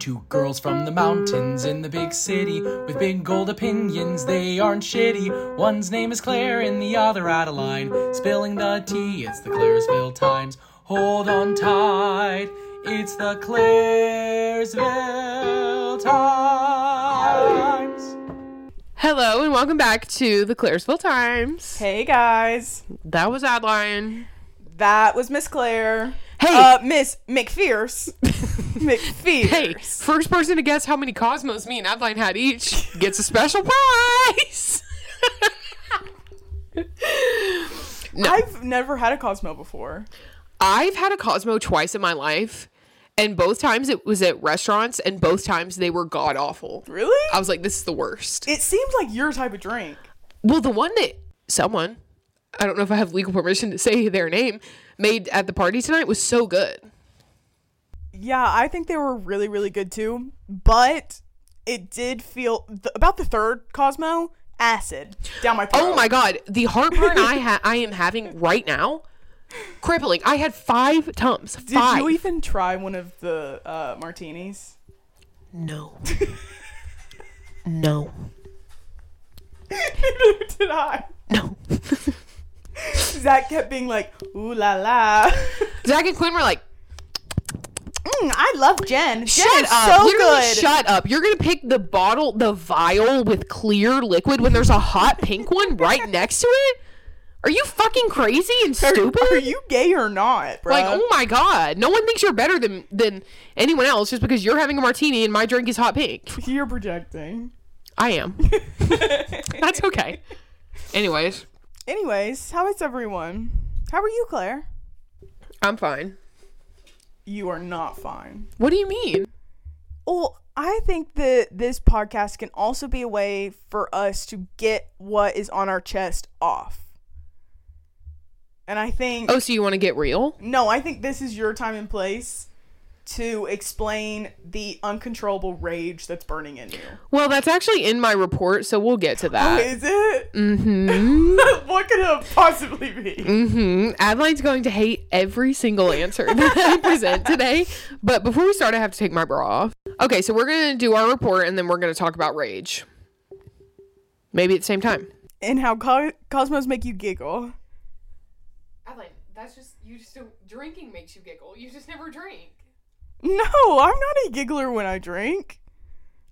Two girls from the mountains in the big city with big old opinions, they aren't shitty. One's name is Claire and the other Adeline. Spilling the tea, it's the Claresville Times. Hold on tight, it's the Claresville Times. Hello and welcome back to the Claresville Times. Hey guys, That was Adeline. that was Miss Claire. Hey. uh, Miss McFierce. McFierce. Hey, first person to guess how many Cosmos me and Adeline had each gets a special prize. I've never had a Cosmo before. I've had a Cosmo twice in my life, and both times it was at restaurants, and both times they were god awful. Really? I was like, this is the worst. it seems like your type of drink. Well, the one that someone, I don't know if I have legal permission to say their name, made at the party tonight was so good. Yeah, I think they were really, really good too. But it did feel th- about the third Cosmo acid down my throat. Oh my god, the heartburn I ha- I am having right now, crippling. I had five tums. Did Five. you even try one of the uh, martinis? no. no. Neither did I. No. Zach kept being like, "Ooh la la." Zach and Quinn were like, Mm, I love Jen. shut Jen is up. so Literally, good. shut up. You're gonna pick the bottle, the vial with clear liquid when there's a hot pink one right next to it? Are you fucking crazy and Are- stupid? Are, you gay or not, bro? like, oh my god. No one thinks you're better than than anyone else just because you're having a martini and my drink is hot pink. You're projecting. I am. That's okay. Anyways, Anyways, how is everyone? How are you, Claire? I'm fine. You are not fine. What do you mean? Well, I think that this podcast can also be a way for us to get what is on our chest off. And I think Oh, so you want to get real? no, I think this is your time and place to explain the uncontrollable rage that's burning in you. Oh, Well, that's actually in my report, so we'll get to that. Is it? Uh, Mm-hmm. what could it possibly be? Mm-hmm. Adeline's going to hate every single answer that I present today. But before we start, I have to take my bra off. Okay, so we're gonna do our report and then we're gonna talk about rage. Maybe at the same time. And how co- cosmos make you giggle. Adeline, that's just you just don't drinking makes you giggle. You just never drink. No, I'm not a giggler when I drink.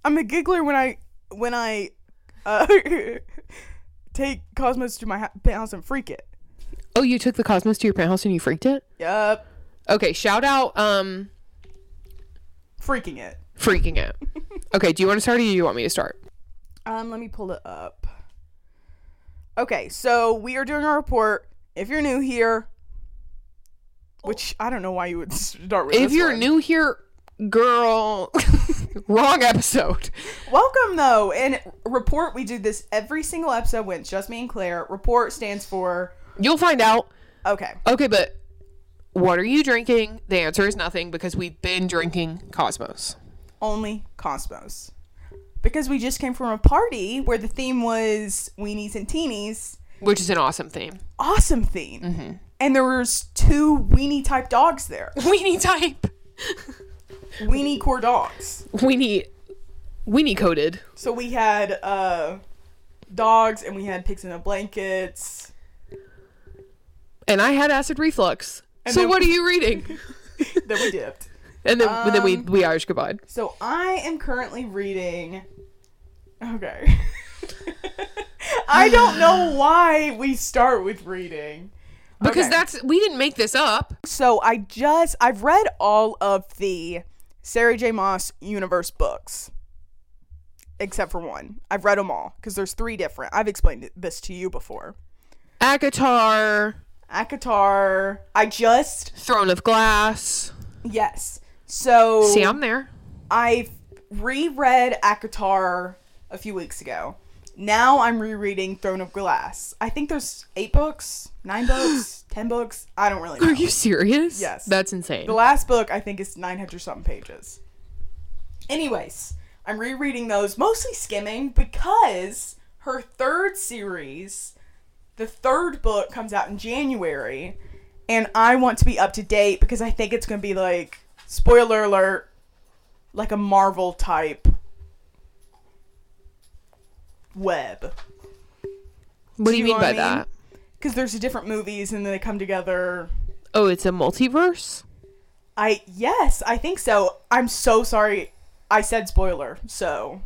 I'm a giggler when I when I uh, take Cosmos to my ha- penthouse and freak it. Oh, you took the Cosmos to your penthouse and you freaked it? Yup, Okay, shout out um freaking it. freaking it. Okay, do you want to start or do you want me to start? Um, let me pull it up. Okay, so we are doing our report. If you're new here, which I don't know why you would start with. If this you're one. new here, girl, wrong episode. welcome though. And report, we do this every single episode when it's just me and Claire. Report stands for You'll find out. okay. Okay, but what are you drinking? The answer is nothing because we've been drinking Cosmos. only Cosmos. Because we just came from a party where the theme was weenies and teenies. Which is an awesome theme. Awesome theme. And there was two weenie type dogs there. Weenie type. Weenie core dogs. Weenie weenie coated. So we had uh dogs and we had pigs in the blankets. And I had acid reflux. so then- what are you reading? Then we dipped. And then and then Um, we we Irish goodbye. So I am currently reading Okay. I don't know why we start with reading. Because okay. that's we didn't make this up. So I just I've read all of the Sarah J. Moss universe books, except for one. I've read them all because there's three different. I've explained this to you before. Akatar, Akatar. I just Throne of Glass. yes. So See, I'm there. I reread Akatar a few weeks ago. Now I'm rereading Throne of Glass. I think there's eight books, nine books, ten books. I don't really know. Are you serious? Yes. That's insane. The last book I think is 900 something pages. Anyways, I'm rereading those, mostly skimming because her third series, the third book comes out in January and I want to be up to date because I think it's going to be like spoiler alert like a Marvel type web. What do you you mean by know what I mean? that? Because there's different movies and then they come together. Oh, it's a multiverse? I yes, I think so. I'm so sorry. I said spoiler. So,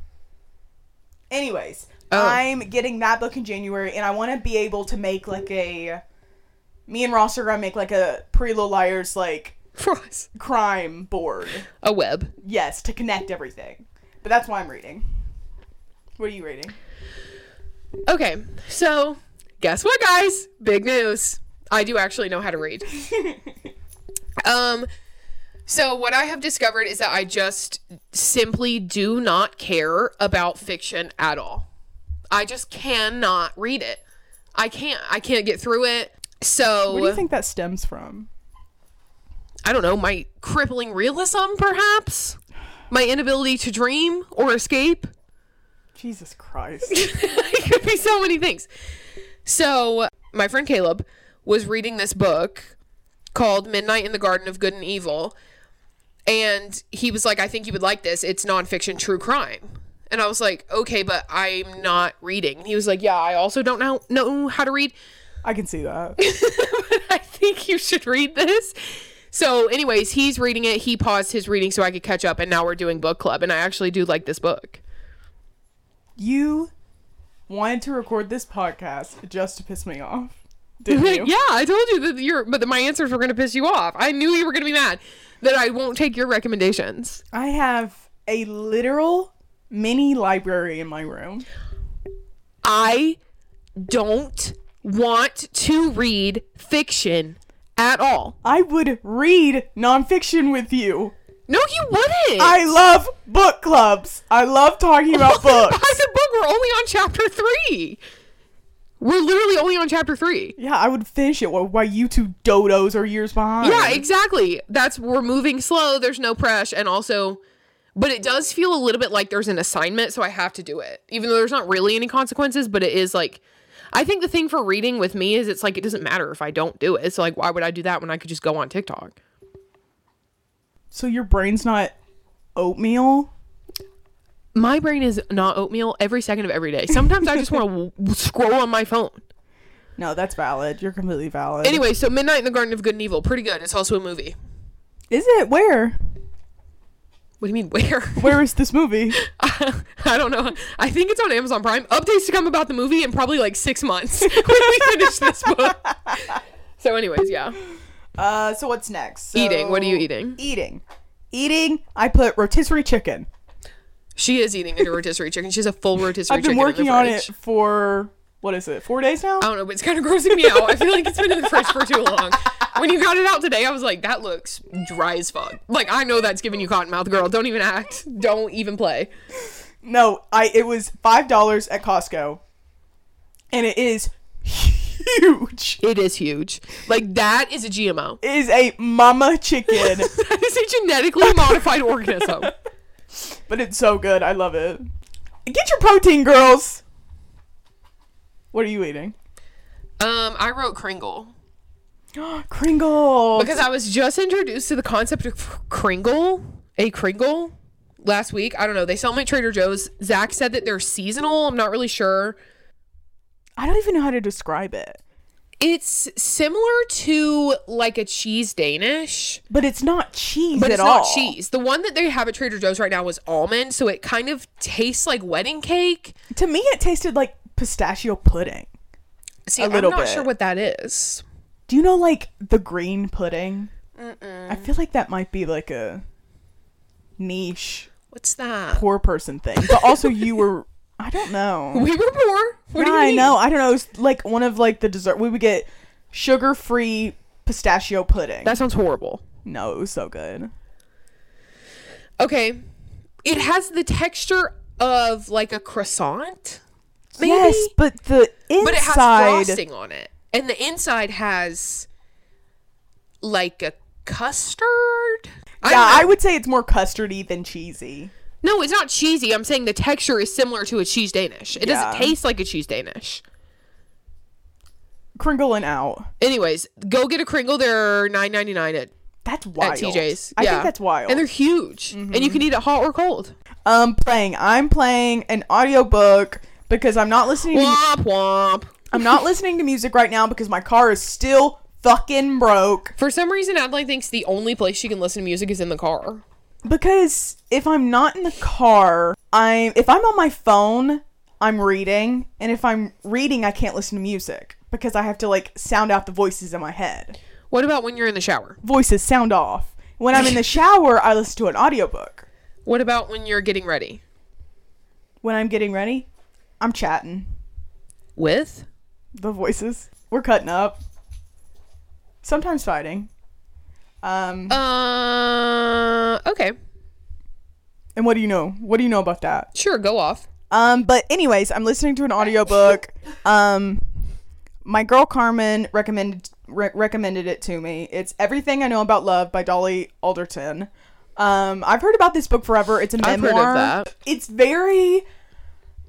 anyways, Oh. I'm getting that book in January, and I want to be able to make like a. Me and Ross are gonna make like a pre little liars like Frost. crime board. A web. Yes, to connect everything. But that's why I'm reading. What are you reading? Okay, so guess what, guys? Big news. I do actually know how to read. um, so what I have discovered is that I just simply do not care about fiction at all. I just cannot read it. I can't. I can't get through it. So What do you think that stems from? I don't know, my crippling realism, perhaps? My inability to dream or escape? Jesus Christ. it could be so many things. So, my friend Caleb was reading this book called Midnight in the Garden of Good and Evil. And he was like, I think you would like this. It's nonfiction true crime. And I was like, okay, but I'm not reading. And He was like, yeah, I also don't know, know how to read. I can see that. I think you should read this. So, anyways, he's reading it. He paused his reading so I could catch up, and now we're doing book club. And I actually do like this book. You wanted to record this podcast just to piss me off, didn't you? yeah, I told you that your but that my answers were gonna piss you off. I knew you were gonna be mad that I won't take your recommendations. I have a literal mini library in my room. I don't want to read fiction at all. I would read nonfiction with you. No, you wouldn't. I love book clubs. I love talking about By books. the book, we're only on chapter three. We're literally only on chapter three. Yeah, I would finish it while while you two dodos are years behind. Yeah, exactly. That's we're moving slow. There's no pressure, and also, but it does feel a little bit like there's an assignment, so I have to do it, even though there's not really any consequences. But it is like, I think the thing for reading with me is it's like it doesn't matter if I don't do it. So like, why would I do that when I could just go on TikTok? so your brain's not oatmeal? My brain is not oatmeal every second of every day. Sometimes I just want to w- scroll on my phone. No, that's valid. You're completely valid. Anyway, so Midnight in the Garden of Good and Evil, pretty good. It's also a movie. Is it? Where? What do you mean where? Where is this movie? I don't know. I think it's on Amazon Prime. Updates to come about the movie in probably like six months when we finish this book. So, anyways, yeah. Uh, so what's next? So- Eating. What are you eating? Eating. Eating. I put rotisserie chicken. She is eating a rotisserie chicken. She has a full rotisserie I've been chicken. in working the on it fridge. for what is it? Four days now. I don't know, but it's kind of grossing me out. I feel like it's been in the fridge for too long. When you got it out today, I was like, that looks dry as fuck. Like, I know that's giving you cotton mouth, girl. Don't even act. Don't even play. No, I. It was five dollars at Costco, and it is huge. It is huge. Like, that is a GMO. It is a mama chicken, That is a genetically modified organism. but it's so good. I love it. Get your protein, girls. What are you eating? Um, I wrote Kringle. Kringle. Because I was just introduced to the concept of Kringle, a Kringle, last week. I don't know. They sell them at Trader Joe's. Zach said that they're seasonal. I'm not really sure. I don't even know how to describe it, It's similar to like a cheese Danish, but it's not cheese but at it's all. not cheese. The one that they have at Trader Joe's right now is almond, so it kind of tastes like wedding cake. To me, it tasted like pistachio pudding. See, A I'm little not bit. sure what that is. Do you know like the green pudding? I feel like that might be like a niche What's that? poor person thing. But also you were I don't know. We were poor. What do yeah, you I mean? know. I don't know. It's like one of like the dessert we would get sugar-free pistachio pudding. That sounds horrible. no, it was so good. Okay. It has the texture of like a croissant. Maybe. Yes, but the inside but it has frosting on it. And the inside has like a custard. I Yeah, don't I know. would say it's more custardy than cheesy. No, it's not cheesy. I'm saying the texture is similar to a cheese Danish. It Yeah. doesn't taste like a cheese Danish. Kringle and out. Anyways, go get a Kringle. They're nine ninety nine at That's wild. TJ's. I Yeah. think that's wild. Mm-hmm. and they're huge, and you can eat it hot or cold. um playing. I'm playing an audiobook because I'm not listening to Womp womp. I'm not listening to music right now because my car is still fucking broke. For some reason, Adeline thinks the only place you can listen to music is in the car. Because if I'm not in the car, I'm if I'm on my phone, I'm reading, and if I'm reading, I can't listen to music because I have to like sound out the voices in my head. What about when you're in the shower? Voices sound off. When I'm in the shower, I listen to an audiobook. What about when you're getting ready? When I'm getting ready, I'm chatting. With? the voices. We're cutting up. Sometimes fighting. Um, Oh. Uh, okay. and what do you know? What do you know about that? Sure, go off. Um, but anyways, I'm listening to an audiobook. Um, my girl Carmen recommended re- recommended it to me. It's Everything I Know About Love by Dolly Alderton. Um, I've heard about this book forever. It's a memoir. I've heard of that. It's very.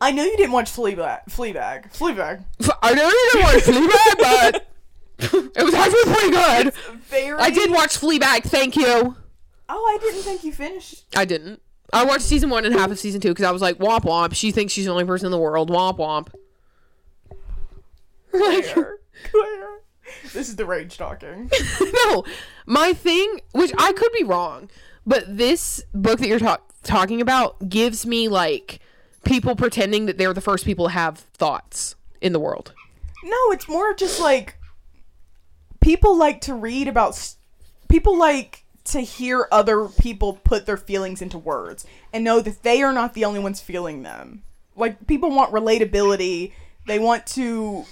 I know you didn't watch Fleabag. Fleabag. Fleabag. I know you didn't watch Fleabag, but it was actually pretty good. Very. I did watch Fleabag, thank you. Oh, I didn't think you finished. I didn't. I watched season one and half of season two because I was like, womp womp. She thinks she's the only person in the world. Womp womp. Like, Claire. Claire. This is the rage talking. no, my thing, which I could be wrong, but this book that you're ta- talking about gives me like people pretending that they're the first people to have thoughts in the world. No, it's more of just like people like to read about s- people like to hear other people put their feelings into words and know that they are not the only ones feeling them. Like people want relatability. They want to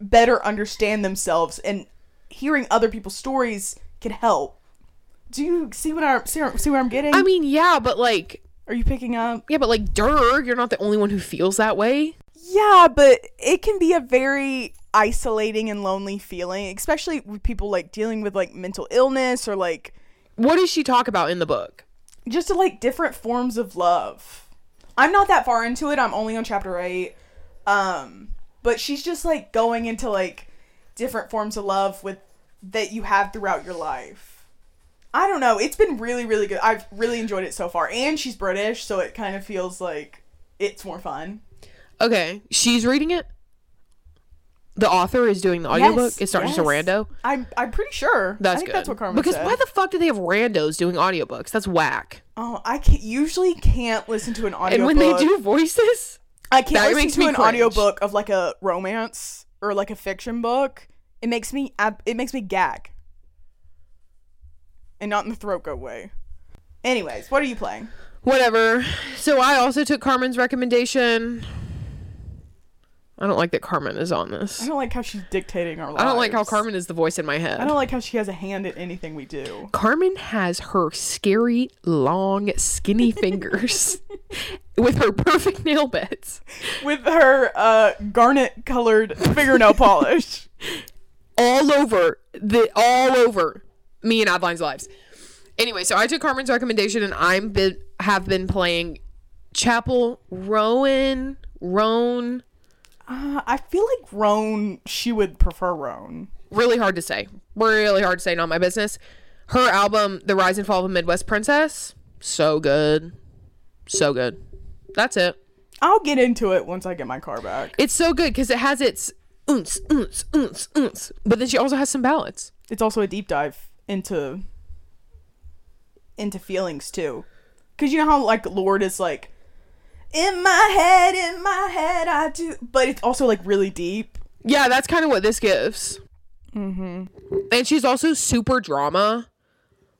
better understand themselves and hearing other people's stories can help. Do you see what I see, see what I'm getting? I mean, yeah, but like, are you picking up? yeah, but like, Durr, you're not the only one who feels that way. Yeah, but it can be a very isolating and lonely feeling, especially with people like dealing with like mental illness or like What does she talk about in the book? just like different forms of love. I'm not that far into it. I'm only on chapter 8. Um but she's just like going into like different forms of love with that you have throughout your life. I don't know. It's been really really good. I've really enjoyed it so far. And she's British, so it kind of feels like it's more fun. Okay, she's reading it. The author is doing the audiobook. Yes, it's not just a yes. rando. I'm I'm pretty sure. That's I think good. that's what Carmen because said. why the fuck do they have randos doing audiobooks? That's whack. oh, I can usually can't listen to an audiobook. And when they do voices, I can't that listen makes to me an cringe. audiobook of like a romance or like a fiction book. It makes me ab- it makes me gag. And not in the throat go way. Anyways, what are you playing? whatever. So I also took Carmen's recommendation. I don't like that Carmen is on I this. don't like how she's dictating our lives. I don't like how Carmen is the voice in my head. I don't like how she has a hand in anything we do. Carmen has her scary, long, skinny fingers with her perfect nail beds. With her uh, garnet colored fingernail polish. all over the all over me and Adeline's lives. Anyway, so I took Carmen's recommendation and I'm been have been playing Chapel Rowan Roan. Uh, I feel like Roan, she would prefer Roan. Really hard to say. Really hard to say. Not my business. Her album, The Rise and Fall of a Midwest Princess, so good, so good. That's it. I'll get into it once I get my car back. It's so good because it has its oons oons oons oons, but then she also has some ballads. It's also a deep dive into into feelings too. Cuz you know how like Lord is like in my head, in my head I do, but it's also like really deep. Yeah, that's kind of what this gives. Mm-hmm. And she's also super drama.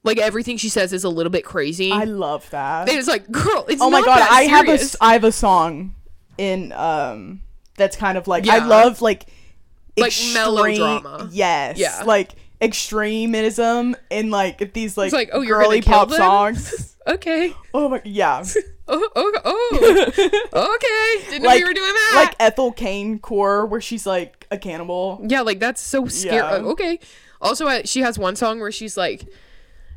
Like everything she says is a little bit crazy. I love that. and it's like, girl, it's oh my not god, that I have a serious. s- I have a song in um that's kind of like I Yeah. love like Like extreme- melodrama. Yes. Yeah. Like extremism and like these like, like, oh, you're girly gonna kill pop them? songs. okay. oh my yeah. Oh, oh, oh. okay. Didn't know Like- we were doing that. like Ethel Kane core where she's like a cannibal. Yeah, like that's so scary. Yeah. Uh, Okay. Also, uh, she has one song where she's like,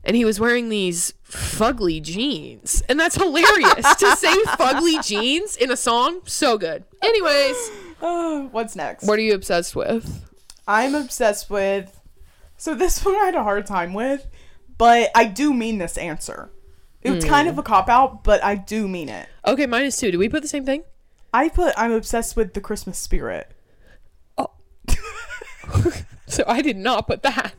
and he was wearing these fugly jeans. And that's hilarious. to say fugly jeans in a song, so good. Anyways, Oh, what's next? what are you obsessed with? I'm obsessed with So this one I had a hard time with, but I do mean this answer. It's kind Hmm. of a cop out, but I do mean it. Okay, mine is two. Do we put the same thing? I put I'm obsessed with the Christmas spirit. So I did not put that.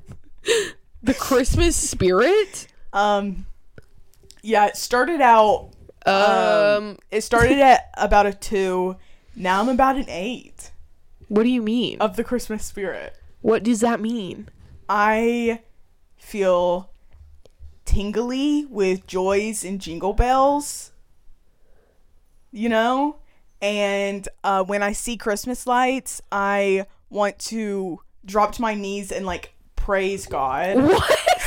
the Christmas spirit? Um yeah, it started out Um, it started at about a 2. Now I'm about an 8 what do you mean? of the Christmas spirit. what does that mean? I feel tingly with joys and jingle bells, you know? And uh, when I see Christmas lights, I want to drop to my knees and like praise God. What?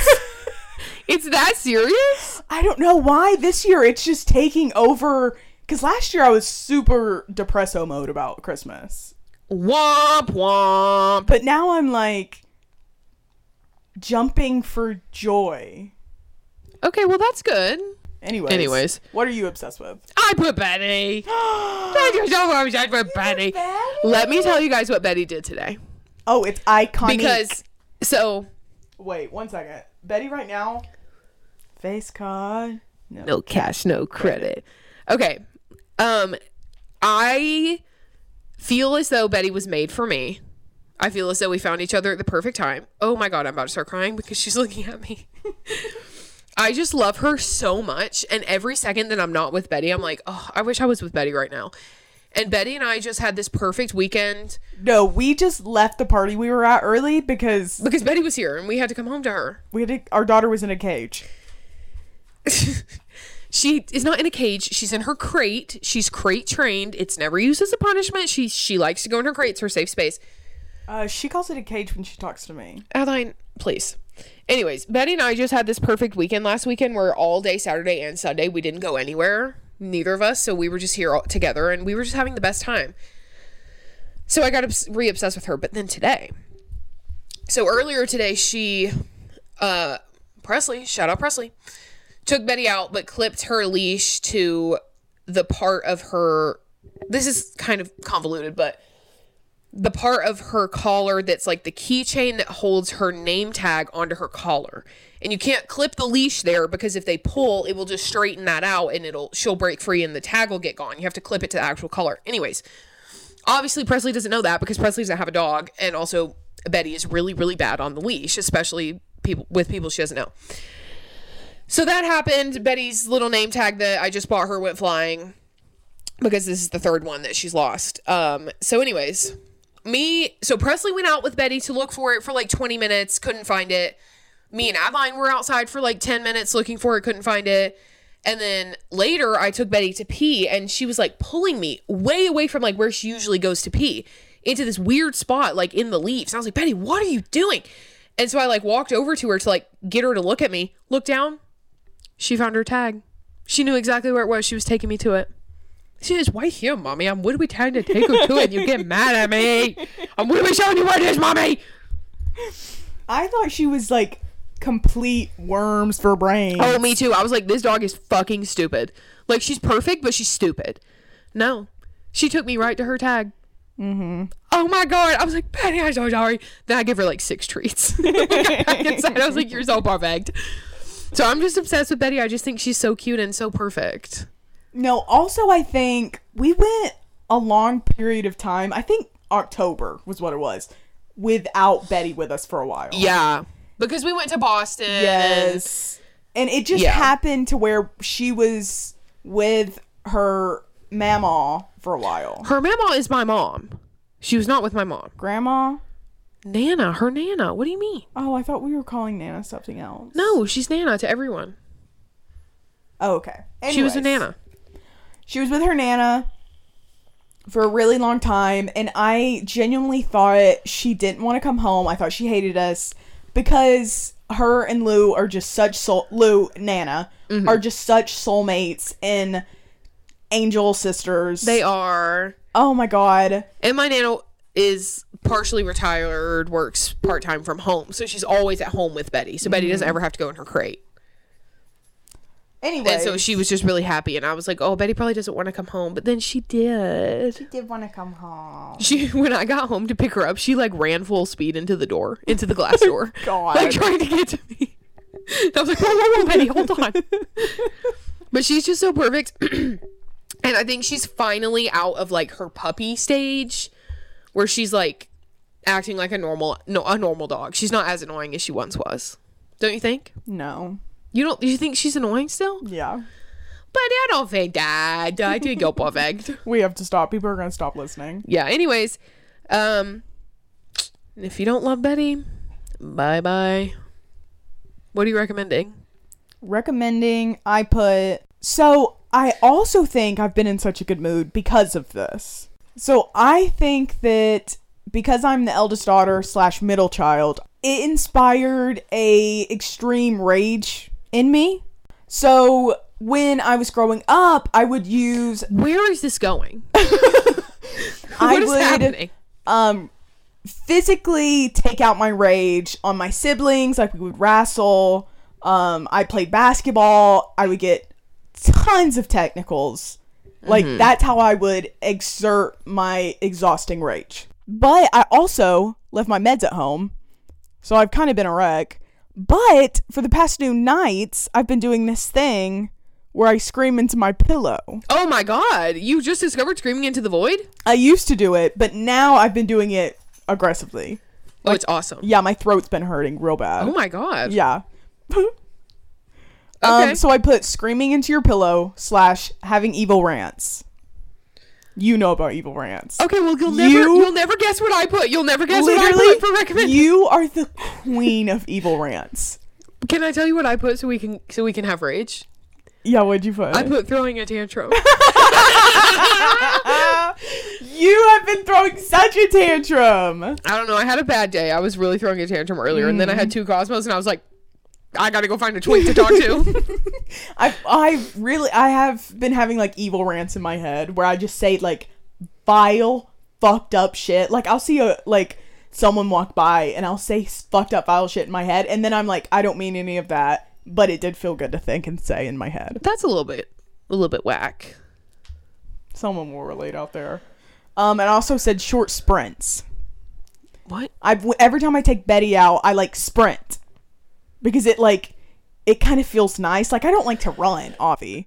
it's that serious? I don't know why this year it's just taking over. Because last year I was super depresso mode about Christmas. Womp womp. But now I'm like jumping for joy. Okay, well that's good. Anyways. Anyways. What are you obsessed with? I put Betty. I just don't want to put Betty. Let me tell you guys what Betty did today. Oh, it's iconic. Because so wait, one second. Betty right now. Face card. No. no cash, no credit. Okay. Um I feel as though Betty was made for me. I feel as though we found each other at the perfect time. Oh my god, I'm about to start crying because she's looking at me. I just love her so much and every second that I'm not with Betty, I'm like, "Oh, I wish I was with Betty right now." And Betty and I just had this perfect weekend No, we just left the party we were at early because because Betty was here and we had to come home to her. we had to, our daughter was in a cage. she is not in a cage. She's in her crate. She's crate trained. It's never used as a punishment. She she likes to go in her crate. It's her safe space. Uh, she calls it a cage when she talks to me. Adeline, please. Anyways, Betty and I just had this perfect weekend last weekend where all day Saturday and Sunday we didn't go anywhere, neither of us. So we were just here all together and we were just having the best time. So I got obs- re obsessed with her. But then today, so earlier today, she, uh, Presley, shout out Presley, took Betty out but clipped her leash to the part of her. This is kind of convoluted, but the part of her collar that's like the keychain that holds her name tag onto her collar. And you can't clip the leash there because if they pull, it will just straighten that out and it'll she'll break free and the tag will get gone. You have to clip it to the actual collar. Anyways, obviously Presley doesn't know that because Presley doesn't have a dog and also Betty is really really bad on the leash, especially people with people she doesn't know. So that happened. Betty's little name tag that I just bought her went flying because this is the third one that she's lost. Um, so, anyways, me, so Presley went out with Betty to look for it for like 20 minutes, couldn't find it. Me and Adeline were outside for like 10 minutes looking for it, couldn't find it. And then later, I took Betty to pee, and she was like pulling me way away from like where she usually goes to pee into this weird spot, like in the leaves. And I was like, Betty, what are you doing? And so I like walked over to her to like get her to look at me, look down. She found her tag. She knew exactly where it was. She was taking me to it. She is why here, mommy. I'm what are we trying to take her to and you get mad at me. I'm what are we showing you where it is, mommy? I thought she was like complete worms for brains. Oh, me too. I was like, this dog is fucking stupid. Like she's perfect, but she's stupid. No. She took me right to her tag. Mm-hmm. Oh my god. I was like, Patty, I'm so sorry. Then I give her like six treats. Back inside, I was like, You're so perfect. So I'm just obsessed with Betty. I just think she's so cute and so perfect. No, also I think we went a long period of time. I think October was what it was without Betty with us for a while. Yeah. Because we went to Boston. Yes. And it just Yeah. happened to where she was with her mama for a while. Her mama is my mom. She was not with my mom. Grandma? Nana, her Nana. What do you mean? Oh, I thought we were calling Nana something else. No, she's Nana to everyone. Oh, okay. She was a Anyways. Nana. she was with her nana for a really long time and i genuinely thought she didn't want to come home i thought she hated us because her and lou are just such soul lou nana Mm-hmm. are just such soulmates and angel sisters They are. oh my god And my Nana is partially retired, works part time from home. So she's always at home with Betty. So Betty doesn't ever have to go in her crate. anyway And so she was just really happy. And I was like, oh, Betty probably doesn't want to come home. But then she did. did want to come home She, when I got home to pick her up, she like ran full speed into the door, into the glass door. God. Like trying to get to me. I was like, whoa, whoa, whoa, Betty, hold on. but she's just so perfect. and I think she's finally out of like her puppy stage where she's like acting like a normal no a normal dog. She's not as annoying as she once was. Don't you think? No. You don't you think she's annoying still? Yeah. But I don't think that I think you're perfect. We have to stop. People are going to stop listening. yeah, anyways. Um if you don't love Betty, bye bye. What are you recommending? Recommending, I put. So, I also think I've been in such a good mood because of this. So, I think that because I'm the eldest daughter slash middle child, it inspired a extreme rage in me. So, when I was growing up, I would use Where is this going? I What is would happening? um physically take out my rage on my siblings like we would wrestle um i played basketball i would get tons of technicals like that's how i would exert my exhausting rage but i also left my meds at home so i've kind of been a wreck but for the past two nights i've been doing this thing where i scream into my pillow Oh my god, you just discovered screaming into the void? i used to do it but now i've been doing it aggressively Oh, it's awesome. yeah, my throat's been hurting real bad. Oh my god. Yeah. Okay. Um, so I put screaming into your pillow slash having evil rants. You know about evil rants. okay, well you'll never You- you, will never guess what I put. You'll never guess what I put for recommend. you are the queen of evil rants. can I tell you what I put so we can so we can have rage? Yeah, what'd you put? I put throwing a tantrum. you have been throwing such a tantrum. I don't know. I had a bad day. I was really throwing a tantrum earlier, and then I Mm. had two Cosmos, and I was like, I gotta go find a twink to talk to. I I really I have been having like evil rants in my head where I just say like vile fucked up shit. Like I'll see a like someone walk by and I'll say s- fucked up vile shit in my head and then I'm like I don't mean any of that, but it did feel good to think and say in my head. That's a little bit, a little bit whack. Someone will relate out there. Um and I also said short sprints. What? I've every time I take Betty out, I like sprint because it like it kind of feels nice. Like I don't like to run, Avi,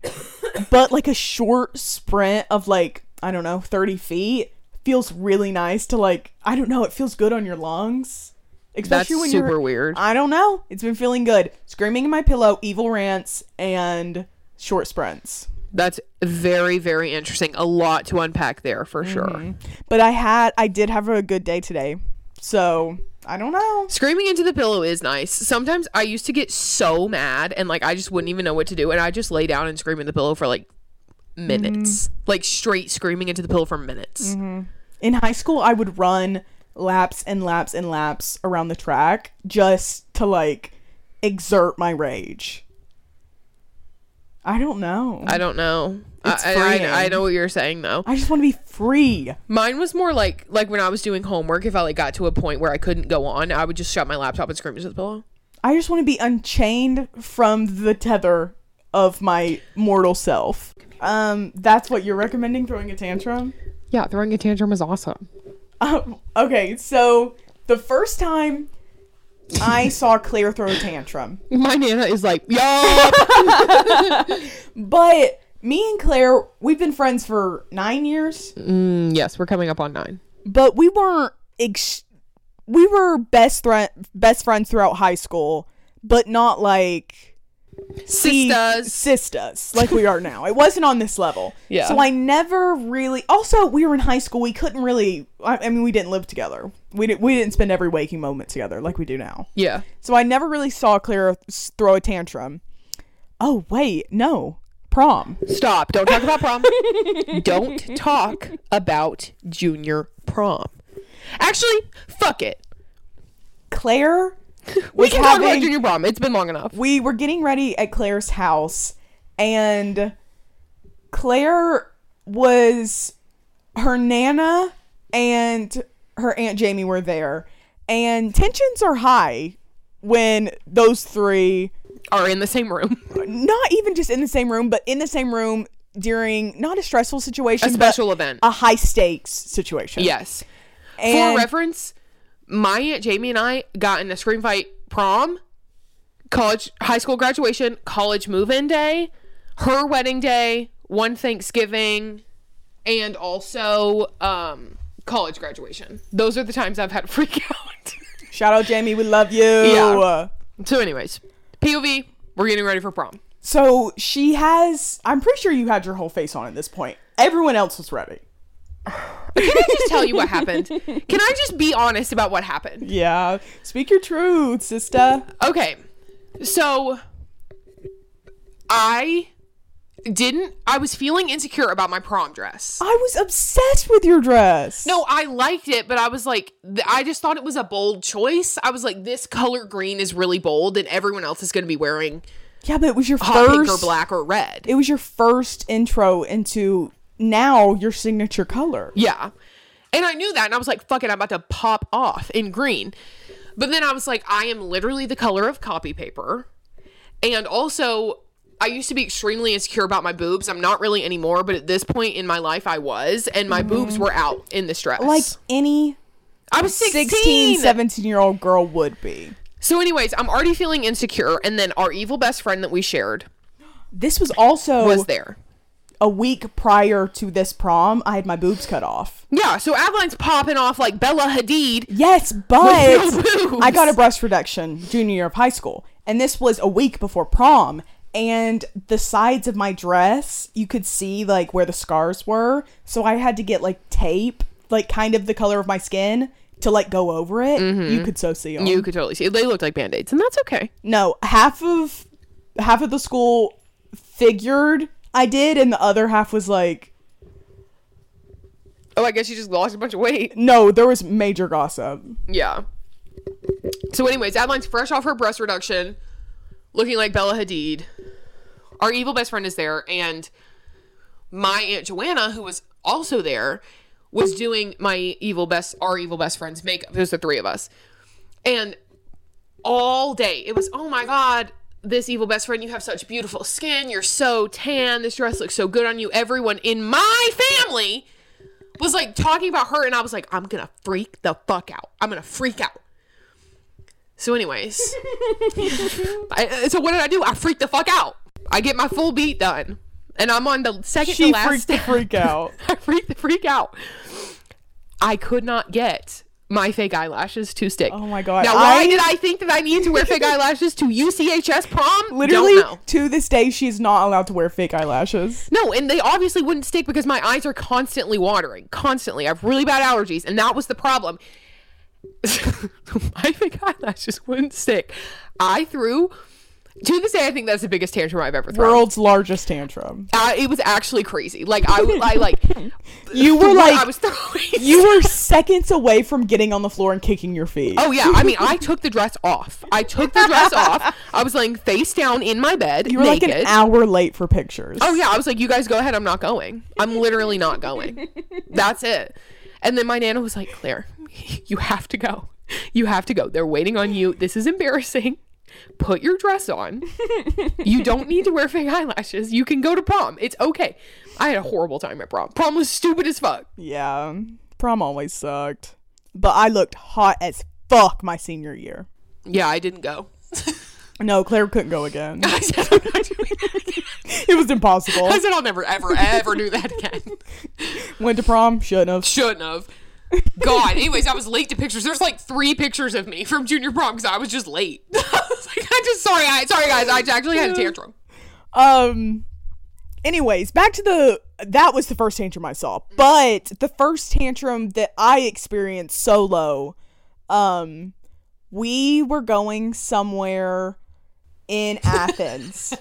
but like a short sprint of like I don't know thirty feet feels really nice to like I don't know. It feels good on your lungs, especially That's when super you're. weird. I don't know. It's been feeling good. Screaming in my pillow, evil rants, and short sprints. That's very, very interesting. A lot to unpack there for sure. But I had, I did have a good day today, so I don't know. Screaming into the pillow is nice. Sometimes I used to get so mad and like I just wouldn't even know what to do, and I just lay down and scream in the pillow for like minutes, like straight screaming into the pillow for minutes. in high school i would run laps and laps and laps around the track just to like exert my rage i don't know i, I don't know. It's I, I- freeing. I, I know what you're saying though. just want to be free Mine was more like like when I was doing homework. If I like got to a point where I couldn't go on, I would just shut my laptop and scream into the pillow. i just want to be unchained from the tether of my mortal self um that's what you're recommending throwing a tantrum Yeah, throwing a tantrum is awesome. Um, okay so the first time i saw claire throw a tantrum My nana is like, yo, but me and claire we've been friends for nine years Mm, yes, we're coming up on nine. but we weren't ex- we were best friend best friends throughout high school, but not like be Sisters. sisters like we are now. It wasn't on this level. Yeah. So I never really. Also, we were in high school. We couldn't really. I, I mean, we didn't live together. We didn't. We didn't spend every waking moment together like we do now. Yeah. So I never really saw Clara s- throw a tantrum. Oh wait, no prom. Stop. Don't talk about prom. Don't talk about junior prom. Actually, fuck it. Claire We was can talk about having junior prom. It's been long enough. we were getting ready at Claire's house, and Claire was her nana and her aunt Jamie were there, and tensions are high when those three Are in the same room. not even just in the same room, but in the same room during not a stressful situation, A but special event. a high stakes situation. Yes. and For reference, my aunt Jamie and I got in a scream fight prom college, high school graduation, college move in day, her wedding day, one Thanksgiving, and also um, college graduation. Those are the times I've had a freak out. Shout out Jamie, we love you. Yeah. so, anyways, POV, we're getting ready for prom. So she has. I'm pretty sure you had your whole face on at this point. Everyone else was ready. Can I just tell you what happened? Can I just be honest about what happened? Yeah. Speak your truth, sister. Okay. So I didn't I was feeling insecure about my prom dress. I was obsessed with your dress. No, I liked it, but I was like th- I just thought it was a bold choice. I was like this color green is really bold and everyone else is going to be wearing Yeah, but it was your hot pink first. or black or red. It was your first intro into now your signature color. Yeah. And I knew that and I was like, fuck it, I'm about to pop off in green. But then I was like, I am literally the color of copy paper. And also, I used to be extremely insecure about my boobs. I'm not really anymore, but at this point in my life, I was. And my boobs were out in this dress. Like any I was 16. 16, 17 year old girl would be. So, anyways, I'm already feeling insecure. And then our evil best friend that we shared This was also was there. a week prior to this prom. I had my boobs cut off. Yeah. So Adeline's popping off like Bella Hadid. Yes, With but no boobs. I got a breast reduction junior year of high school, and this was a week before prom. And the sides of my dress, you could see like where the scars were. So I had to get like tape, like kind of the color of my skin, to like go over it. You could so see 'em. Mm-hmm. You could totally see. They looked like band aids, and that's okay. no, half of half of the school figured I did, and the other half was like, Oh, I guess you just lost a bunch of weight. no, there was major gossip. Yeah. So, anyways, Adeline's fresh off her breast reduction, looking like Bella Hadid. Our evil best friend is there, and my aunt Joanna, who was also there, was doing my evil best, our evil best friend's makeup. It was the three of us, and all day it was, oh my god. This evil best friend, you have such beautiful skin. You're so tan. This dress looks so good on you. Everyone in my family was like talking about her, and I was like, I'm gonna freak the fuck out. I'm gonna freak out. So, anyways, I, so what did I do? I freaked the fuck out. I get my full beat done, and I'm on the second She to last. freaked the freak out. I freaked the freak out. I could not get my fake eyelashes to stick. Oh my God, Now, why I- did I think that I needed to wear fake eyelashes to UCHS prom? Literally, Don't know. to this day, she's not allowed to wear fake eyelashes. No, and they obviously wouldn't stick because my eyes are constantly watering. Constantly. I have really bad allergies, and that was the problem. my fake eyelashes wouldn't stick. I threw to this day, I think that's the biggest tantrum I've ever thrown. World's largest tantrum. I, it was actually crazy. Like I, I like You were I like, was throwing. you were seconds away from getting on the floor and kicking your feet. Oh yeah, I mean, I took the dress off. I took the dress off. I was laying face down in my bed, you were naked. like an hour late for pictures. Oh yeah, I was like, you guys go ahead. I'm not going. I'm literally not going. That's it. And then my nana was like, Claire, you have to go. You have to go. They're waiting on you. This is embarrassing. Put your dress on. You don't need to wear fake eyelashes. You can go to prom. It's okay. I had a horrible time at prom. Prom was stupid as fuck. yeah. Prom always sucked, but I looked hot as fuck my senior year. Yeah, I didn't go. No, Claire couldn't go again. I said, I'm not doing that again. it was impossible. I said, I'll never, ever, ever do that again. Went to prom, shouldn't have. shouldn't have. God. Anyways, I was late to pictures. There's like three pictures of me from junior prom because I was just late. I was like, I just sorry, I sorry guys, I actually had a tantrum. Um. Anyways, back to the that was the first tantrum I saw, but the first tantrum that I experienced solo, um, we were going somewhere in Athens.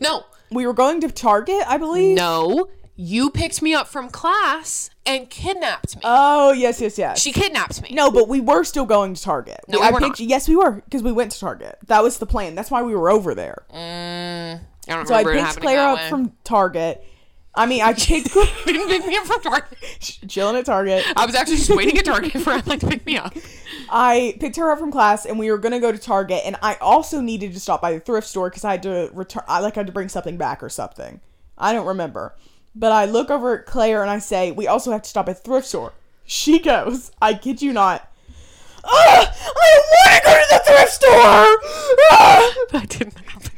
No, We were going to Target, I believe. no, you picked me up from class and kidnapped me. Oh yes, yes, yes. she kidnapped me. no, but we were still going to Target. No, I we were picked- Yes, we were because we went to Target. That was the plan. That's why we were over there. I don't so I remember it picked happening Claire that up way. from Target. I mean, I picked You didn't pick me up from Target. chilling at Target. I was actually just waiting at Target for Adeline to pick me up. I picked her up from class, and we were gonna go to Target. And I also needed to stop by the thrift store because I had to return. I like had to bring something back or something. I don't remember. But I look over at Claire and I say, "We also have to stop at the thrift store." She goes, "I kid you not." Ugh, I don't want to go to the thrift store. Ugh. That didn't happen.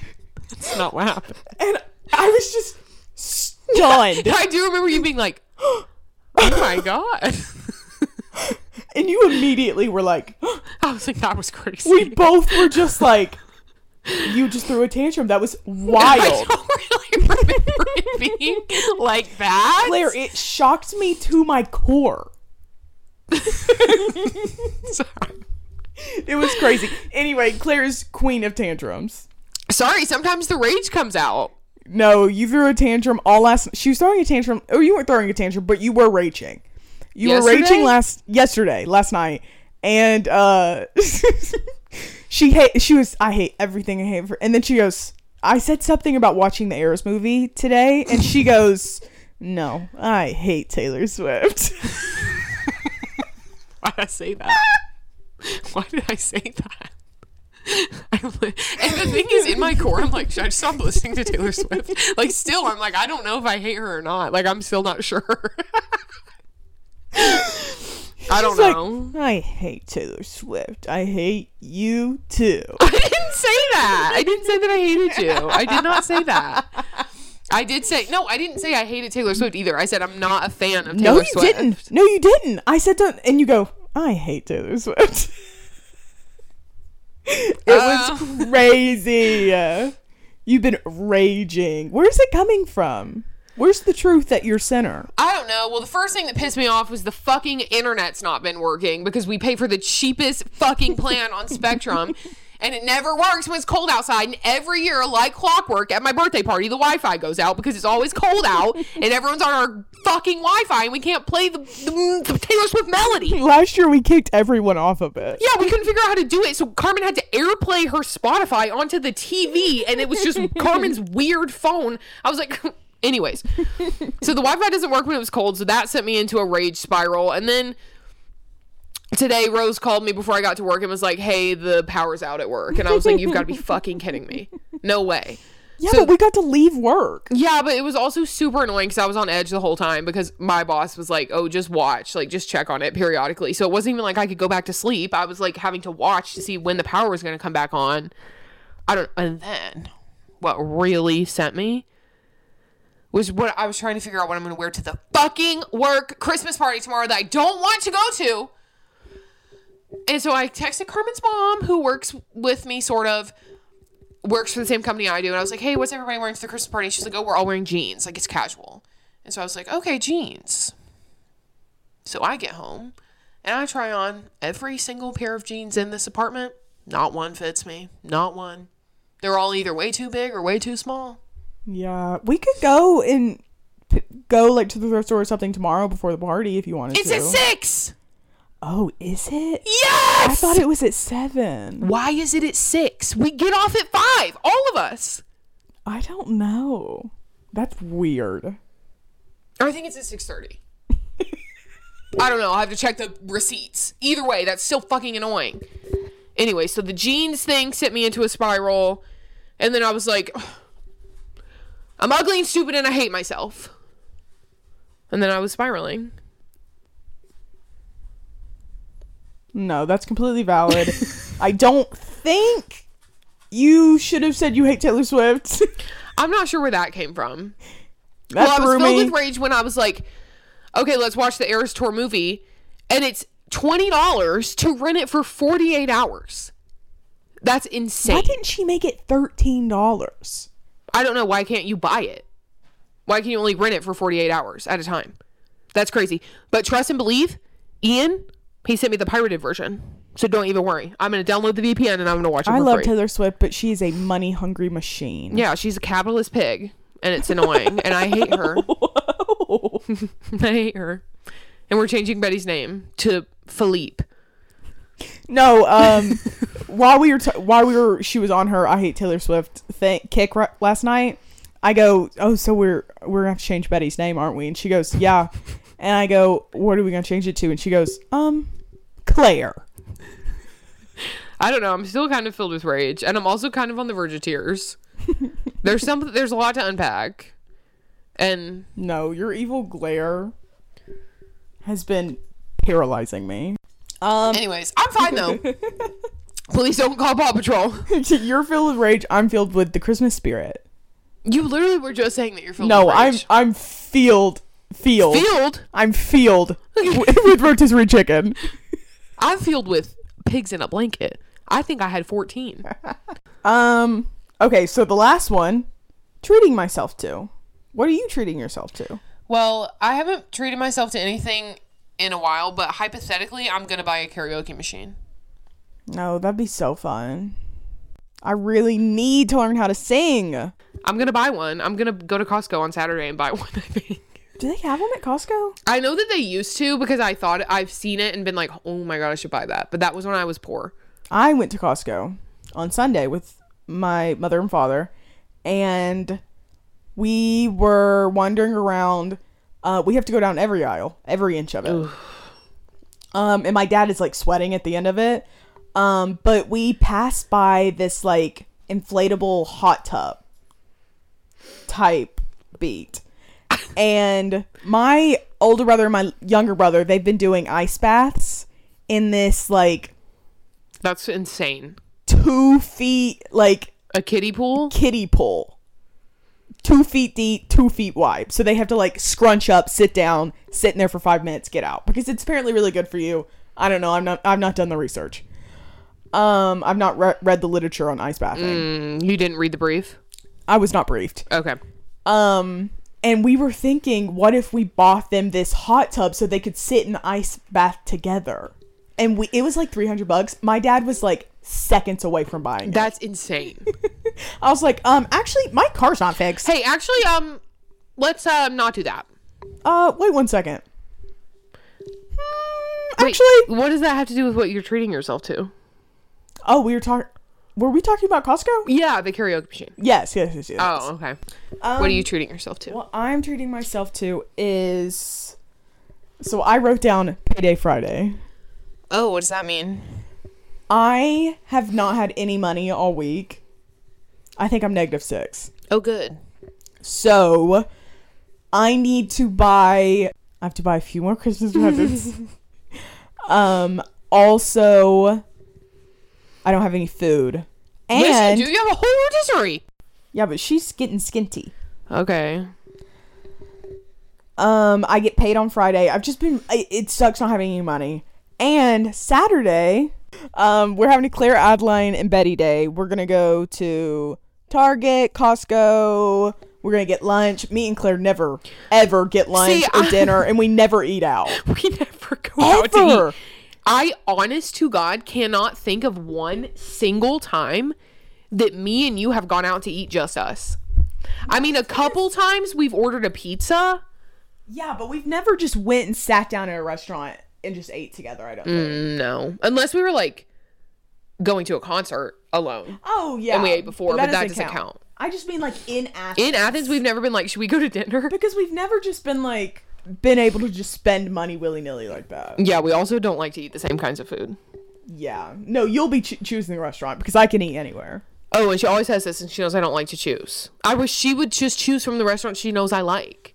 That's not what happened. And I was just stunned. I do remember you being like, "Oh my god!" and you immediately were like, I was like, "That was crazy." we both were just like, you just threw a tantrum. That was I wild. don't really remember it being like that. Claire, it shocked me to my core. sorry. It was crazy. Anyway, Claire's queen of tantrums. Sorry, sometimes the rage comes out. No, you threw a tantrum all last. She was throwing a tantrum, or you weren't throwing a tantrum, but you were raging. You were Yesterday? raging last yesterday, last night, and uh, she hate. She was. I hate everything. I hate. For, and then she goes. I said something about watching the Eras movie today, and she goes, "No, I hate Taylor Swift." Why did I say that? Why did I say that? I li- and the thing is, in my core, I'm like, should I stop listening to Taylor Swift? Like, still, I'm like, I don't know if I hate her or not. Like, I'm still not sure. I don't She's like, know. I hate Taylor Swift. I hate you too. I didn't say that. I didn't say that I hated you. I did not say that. I did say no. I didn't say I hated Taylor Swift either. I said I'm not a fan of Taylor no, you Swift. didn't. No, you didn't. I said don't. And you go, I hate Taylor Swift. it Oh. was crazy. You've been raging. Where's it coming from? Where's the truth at your center? I don't know. Well, the first thing that pissed me off was the fucking internet's not been working because we pay for the cheapest fucking plan on Spectrum and it never works when it's cold outside. And every year, like clockwork, at my birthday party, the Wi Fi goes out because it's always cold out and everyone's on our fucking Wi Fi and we can't play the, the, the Taylor Swift melody. Last year we kicked everyone off of it. Yeah, we couldn't figure out how to do it. So Carmen had to airplay her Spotify onto the TV, and it was just Carmen's weird phone. I was like, anyways. So the Wi Fi doesn't work when it was cold. So that sent me into a rage spiral. And then today, Rose called me before I got to work and was like, hey, the power's out at work. And I was like, you've got to be fucking kidding me. No way. Yeah, So- but we got to leave work. Yeah, but it was also super annoying because I was on edge the whole time because my boss was like, "Oh, just watch, like just check on it periodically." So it wasn't even like I could go back to sleep. I was like having to watch to see when the power was going to come back on. I don't. And then, what really sent me was what I was trying to figure out what I'm going to wear to the fucking work Christmas party tomorrow that I don't want to go to. And so I texted Carmen's mom, who works with me, sort of works for the same company I do. And I was like, hey, what's everybody wearing for the Christmas party? She's like, oh, we're all wearing jeans. Like, it's casual. And so I was like, okay, jeans. So I get home and I try on every single pair of jeans in this apartment. Not one fits me. Not one. They're all either way too big or way too small. Yeah, we could go and p- go like to the thrift store or something tomorrow before the party if you wanted It's to. at six. Oh, is it? Yes. I thought it was at seven. Why is it at six? We get off at five. All of us. I don't know. That's weird. Or I think it's at six thirty. I don't know. I have to check the receipts. Either way, that's still fucking annoying. Anyway, so the jeans thing sent me into a spiral, and then I was like, I'm ugly and stupid and I hate myself. And then I was spiraling. No, that's completely valid. I don't think you should have said you hate Taylor Swift. I'm not sure where that came from. That well, I was threw filled me. with rage when I was like, okay, let's watch the Eras Tour movie, and it's twenty dollars to rent it for forty eight hours. That's insane. Why didn't she make it thirteen dollars? I don't know why can't you buy it? Why can you only rent it for 48 hours at a time? That's crazy. But trust and believe, Ian, he sent me the pirated version. So don't even worry. I'm going to download the VPN and I'm going to watch it I for love free. Taylor Swift, but she is a money hungry machine. yeah, she's a capitalist pig and it's annoying and I hate her. I hate her. And we're changing Betty's name to Philippe. No, um, while we were t- while we were she was on her I hate Taylor Swift thing kick ri- last night. I go, oh, so we're we're gonna have to change Betty's name, aren't we? And she goes, yeah. And I go, what are we gonna change it to? And she goes, um, Claire. I don't know. I'm still kind of filled with rage, and I'm also kind of on the verge of tears. there's some. There's a lot to unpack, and No, your evil glare has been paralyzing me. Um, Anyways, I'm fine though. Please don't call Paw Patrol. you're filled with rage. I'm filled with the Christmas spirit. You literally were just saying that you're filled No, with I'm rage. I'm filled, filled. Filled? I'm filled with, with rotisserie chicken. I'm filled with pigs in a blanket. I think I had 14. Um. Okay, so the last one, treating myself to. What are you treating yourself to? Well, I haven't treated myself to anything in a while, but hypothetically, I'm going to buy a karaoke machine. No, Oh, that'd be so fun. I really need to learn how to sing. Do I'm going to buy one. I'm going to go to Costco on Saturday and buy one, I think. they have them at Costco? I know that they used to because I thought I've seen it and been like, oh my God, I should buy that. But that was when I was poor. I went to Costco on Sunday with my mother and father, and we were wandering around. Uh, we have to go down every aisle, every inch of it. Um, and my dad is like sweating at the end of it. Um, but we passed by this like inflatable hot tub type beat. And my older brother and my younger brother, they've been doing ice baths in this like That's insane. two feet like A kiddie pool? kiddie pool two feet deep two feet wide so they have to like scrunch up sit down sit in there for five minutes get out because it's apparently really good for you i don't know i'm not i've not done the research um i've not re- read the literature on ice bathing Mm, you didn't read the brief? i was not briefed Okay. um and we were thinking what if we bought them this hot tub so they could sit in the ice bath together and we it was like 300 bucks my dad was like seconds away from buying it. That's insane. i was like um actually my car's not fixed hey, actually, um, let's um not do that. Uh, wait one second. Hmm, Wait, actually, what does that have to do with what you're treating yourself to? oh, we were talking. Were we talking about Costco? Yeah, the karaoke machine. Yes, yes, yes, yes. Oh, okay. what are you treating yourself to? What I'm treating myself to is. So I wrote down payday Friday. Oh, what does that mean? I have not had any money all week. I think I'm negative six. Oh, good. So I need to buy I have to buy a few more Christmas presents. um also I don't have any food. And Listen, do you have a whole rotisserie? yeah, but she's getting skinty. Okay. Um I get paid on Friday. I've just been it, it sucks not having any money. And Saturday, um we're having a Claire Adeline and Betty day. We're going to go to Target, Costco, we're gonna get lunch. Me and Claire never, ever get lunch See, or I- dinner, and we never eat out. We never go Ever. out to eat. I honest to God cannot think of one single time that me and you have gone out to eat just us. I mean, a couple times we've ordered a pizza. Yeah, but we've never just went and sat down at a restaurant and just ate together. I don't. think. Mm. No, unless we were like going to a concert alone. Oh yeah, And we ate before, but that doesn't count. I just mean like in Athens, In Athens, we've never been like, should we go to dinner? because we've never just been like been able to just spend money willy nilly like that. Yeah, we also don't like to eat the same kinds of food. Yeah, no, you'll be cho- choosing the restaurant because I can eat anywhere. Oh, and she always says this, and she knows I don't like to choose. I wish she would just choose from the restaurant she knows I like.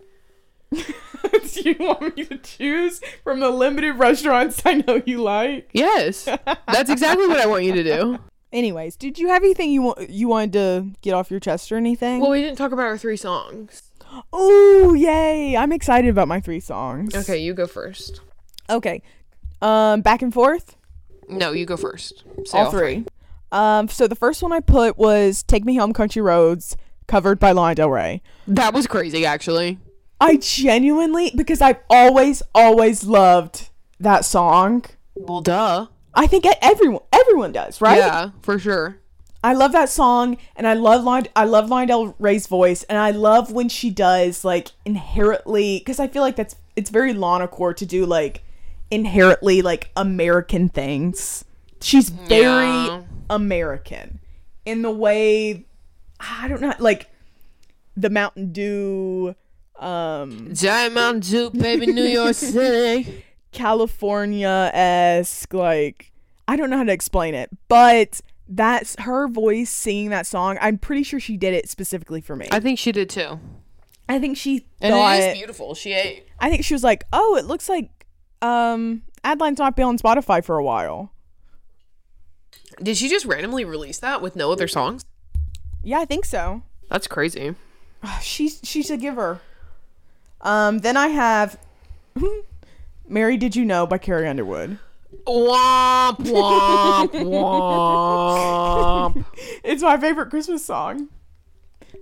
Do you want me to choose from the limited restaurants I know you like? Yes, that's exactly what I want you to do. Anyways, did you have anything you want you wanted to get off your chest or anything? Well, we didn't talk about our three songs. Ooh, yay! I'm excited about my three songs. Okay, you go first. Okay. Um, back and forth. No, you go first. Say all three. Um, so the first one I put was "Take Me Home, Country Roads," covered by Lana Del Rey. That was crazy, actually. I genuinely, because I've always, always loved that song. Well, duh. I think e- everyone, everyone does, right? Yeah, for sure. I love that song, and I love Lon- I love Lana Del Rey's voice, and I love when she does like inherently, because I feel like that's it's very Lana core to do like inherently like American things. She's very Yeah. American in the way I don't know, like the Mountain Dew, um, Diamond Duke, baby, New York City. California esque, like I don't know how to explain it, but. That's her voice singing that song. I'm pretty sure she did it specifically for me. I think she did too. I think she And thought. it is beautiful. She ate. I think she was like, "Oh, it looks like um Adeline's not been on Spotify for a while. Did she just randomly release that with no other songs? Yeah, I think so. That's crazy. She's she's a giver. Um, then I have Mary Did You Know by Carrie Underwood. Womp womp womp. It's my favorite Christmas song.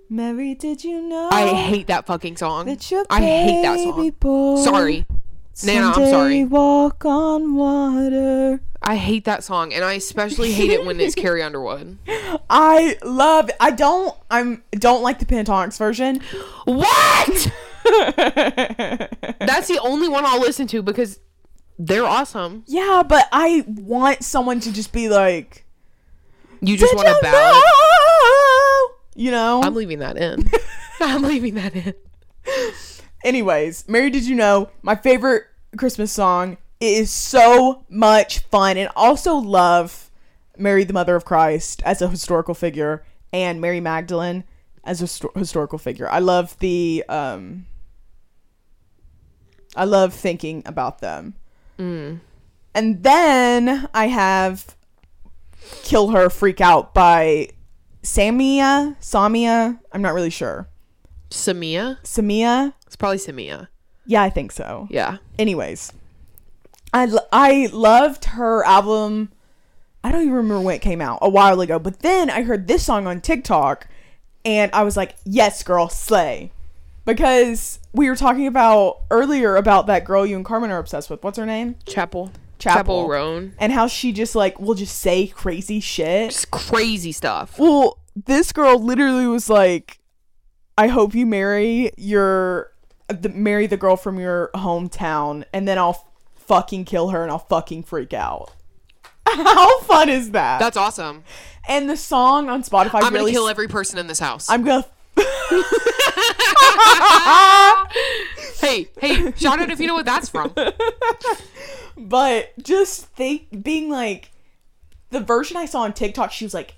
Mary, did you know I hate that fucking song. that your I hate that song. baby boy Sorry. Nana, I'm someday sorry. Walk on water. I hate that song, and I especially hate it when it's Carrie Underwood. I love. I don't. I'm don't like the Pentatonix version. What? That's the only one I'll listen to because they're awesome. Yeah, but I want someone to just be like, You just "Did want a you ballad. know?" You know. I'm leaving that in. I'm leaving that in. Anyways, Mary, did you know my favorite Christmas song? It is so much fun, and also love Mary, the Mother of Christ, as a historical figure, and Mary Magdalene as a histo- historical figure. I love the um, I love thinking about them. And then I have "Kill Her, Freak Out" by Samia, Samia. I'm not really sure. Samia? Samia. It's probably Samia. Yeah, I think so Yeah. anyways I, l- I loved her album i don't even remember when it came out a while ago but then i heard this song on tiktok and i was like yes girl slay because we were talking about earlier about that girl you and carmen are obsessed with what's her name Chapel. Chapel. Roan. and how she just like will just say crazy shit It's crazy stuff. well, this girl literally was like, "I hope you marry your the, marry the girl from your hometown, and then I'll fucking kill her and I'll fucking freak out." How fun is that? That's awesome. and the song on Spotify I'm gonna really. kill every person in this house. I'm gonna. hey, hey, shout out if you know what that's from. But just think, being like, the version I saw on TikTok, she was like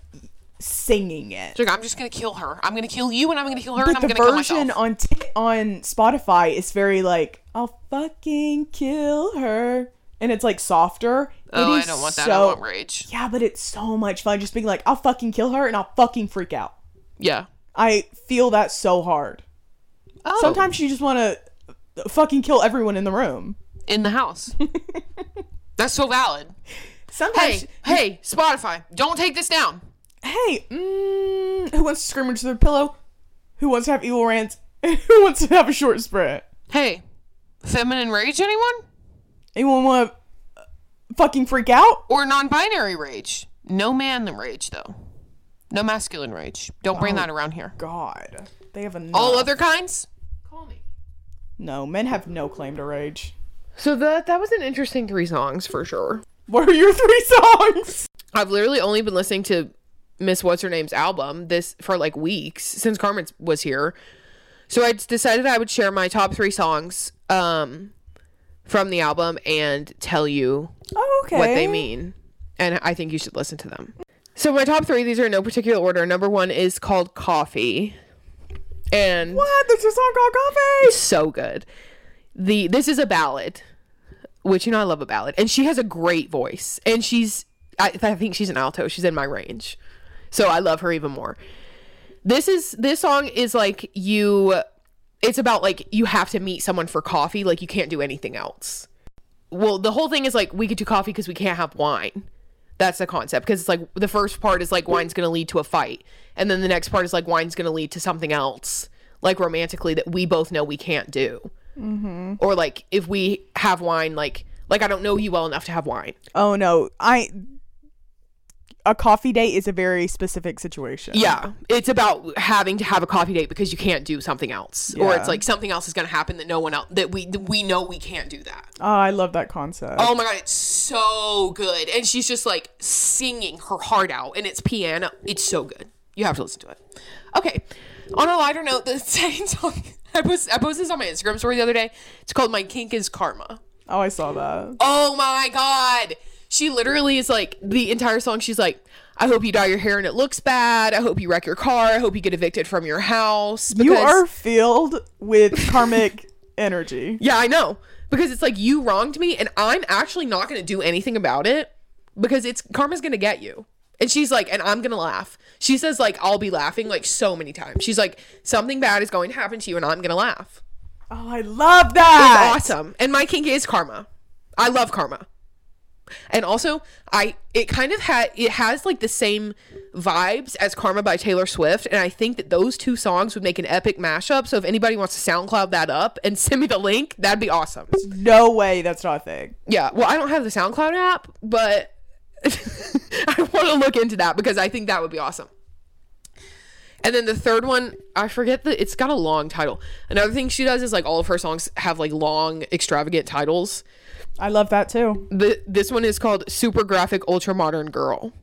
singing it. She's like, I'm just gonna kill her. I'm gonna kill you, and I'm gonna kill her, and I'm but the gonna kill myself. version on t- on Spotify is very like I'll fucking kill her, and it's like softer. oh, It I is don't want that. I so- want rage. Yeah, but it's so much fun just being like I'll fucking kill her and I'll fucking freak out. Yeah. I feel that so hard. Oh, Sometimes you just want to fucking kill everyone in the room. in the house. that's so valid. Sometimes, Hey, hey, Spotify, don't take this down. hey, mm, who wants to scream into their pillow? Who wants to have evil rants? who wants to have a short sprint? Hey, feminine rage, anyone? Anyone want to fucking freak out? Or non-binary rage? No man rage though. No masculine rage. Don't bring that around here. God, they have enough. All other kinds. Call me. No, men have no claim to rage. So that that was an interesting three songs for sure. What are your three songs? I've literally only been listening to Miss What's Her Name's album this for like weeks since Carmen was here. So I decided I would share my top three songs um, from the album and tell you Oh, okay. what they mean. And I think you should listen to them. So my top three, these are in no particular order. Number one is called Coffee. And What? There's a song called Coffee. so good. The this is a ballad, which you know I love a ballad, and she has a great voice, and she's I, I think she's an alto. She's in my range, so I love her even more. This is this song is like you. It's about like you have to meet someone for coffee. Like you can't do anything else. Well, the whole thing is like we could do coffee because we can't have wine. That's the concept because it's like the first part is like wine's going to lead to a fight, and then the next part is like wine's going to lead to something else, like romantically that we both know we can't do, mm-hmm. or like if we have wine, like like I don't know you well enough to have wine. Oh no, I. A coffee date is a very specific situation. Yeah, it's about having to have a coffee date because you can't do something else, or Yeah. it's like something else is going to happen that no one else that we that we know we can't do that. Oh, I love that concept. Oh my god, it's so good, and she's just like singing her heart out, and it's piano. It's so good. You have to listen to it. Okay. On a lighter note, the second song I post I posted this on my Instagram story the other day. It's called "My Kink Is Karma." Oh, I saw that. Oh my god. She literally is like the entire song she's like I hope you dye your hair and it looks bad. I hope you wreck your car. I hope you get evicted from your house. You because- are filled with karmic energy. Yeah, I know. because it's like you wronged me and I'm actually not going to do anything about it because it's karma's going to get you. And she's like, and I'm going to laugh. She says, like, I'll be laughing like so many times. She's like, something bad is going to happen to you and I'm going to laugh. Oh, I love It's that. awesome. And my kink is karma. I love karma. And also, I it kind of had it has like the same vibes as Karma by Taylor Swift, and I think that those two songs would make an epic mashup. So if anybody wants to SoundCloud that up and send me the link, that'd be awesome. No way, that's not a thing. Yeah. Well, I don't have the SoundCloud app, but I want to look into that because I think that would be awesome. And then the third one, I forget that it's got a long title. Another thing she does is like all of her songs have like long, extravagant titles. I love that too. The this one is called Super Graphic Ultra Modern Girl.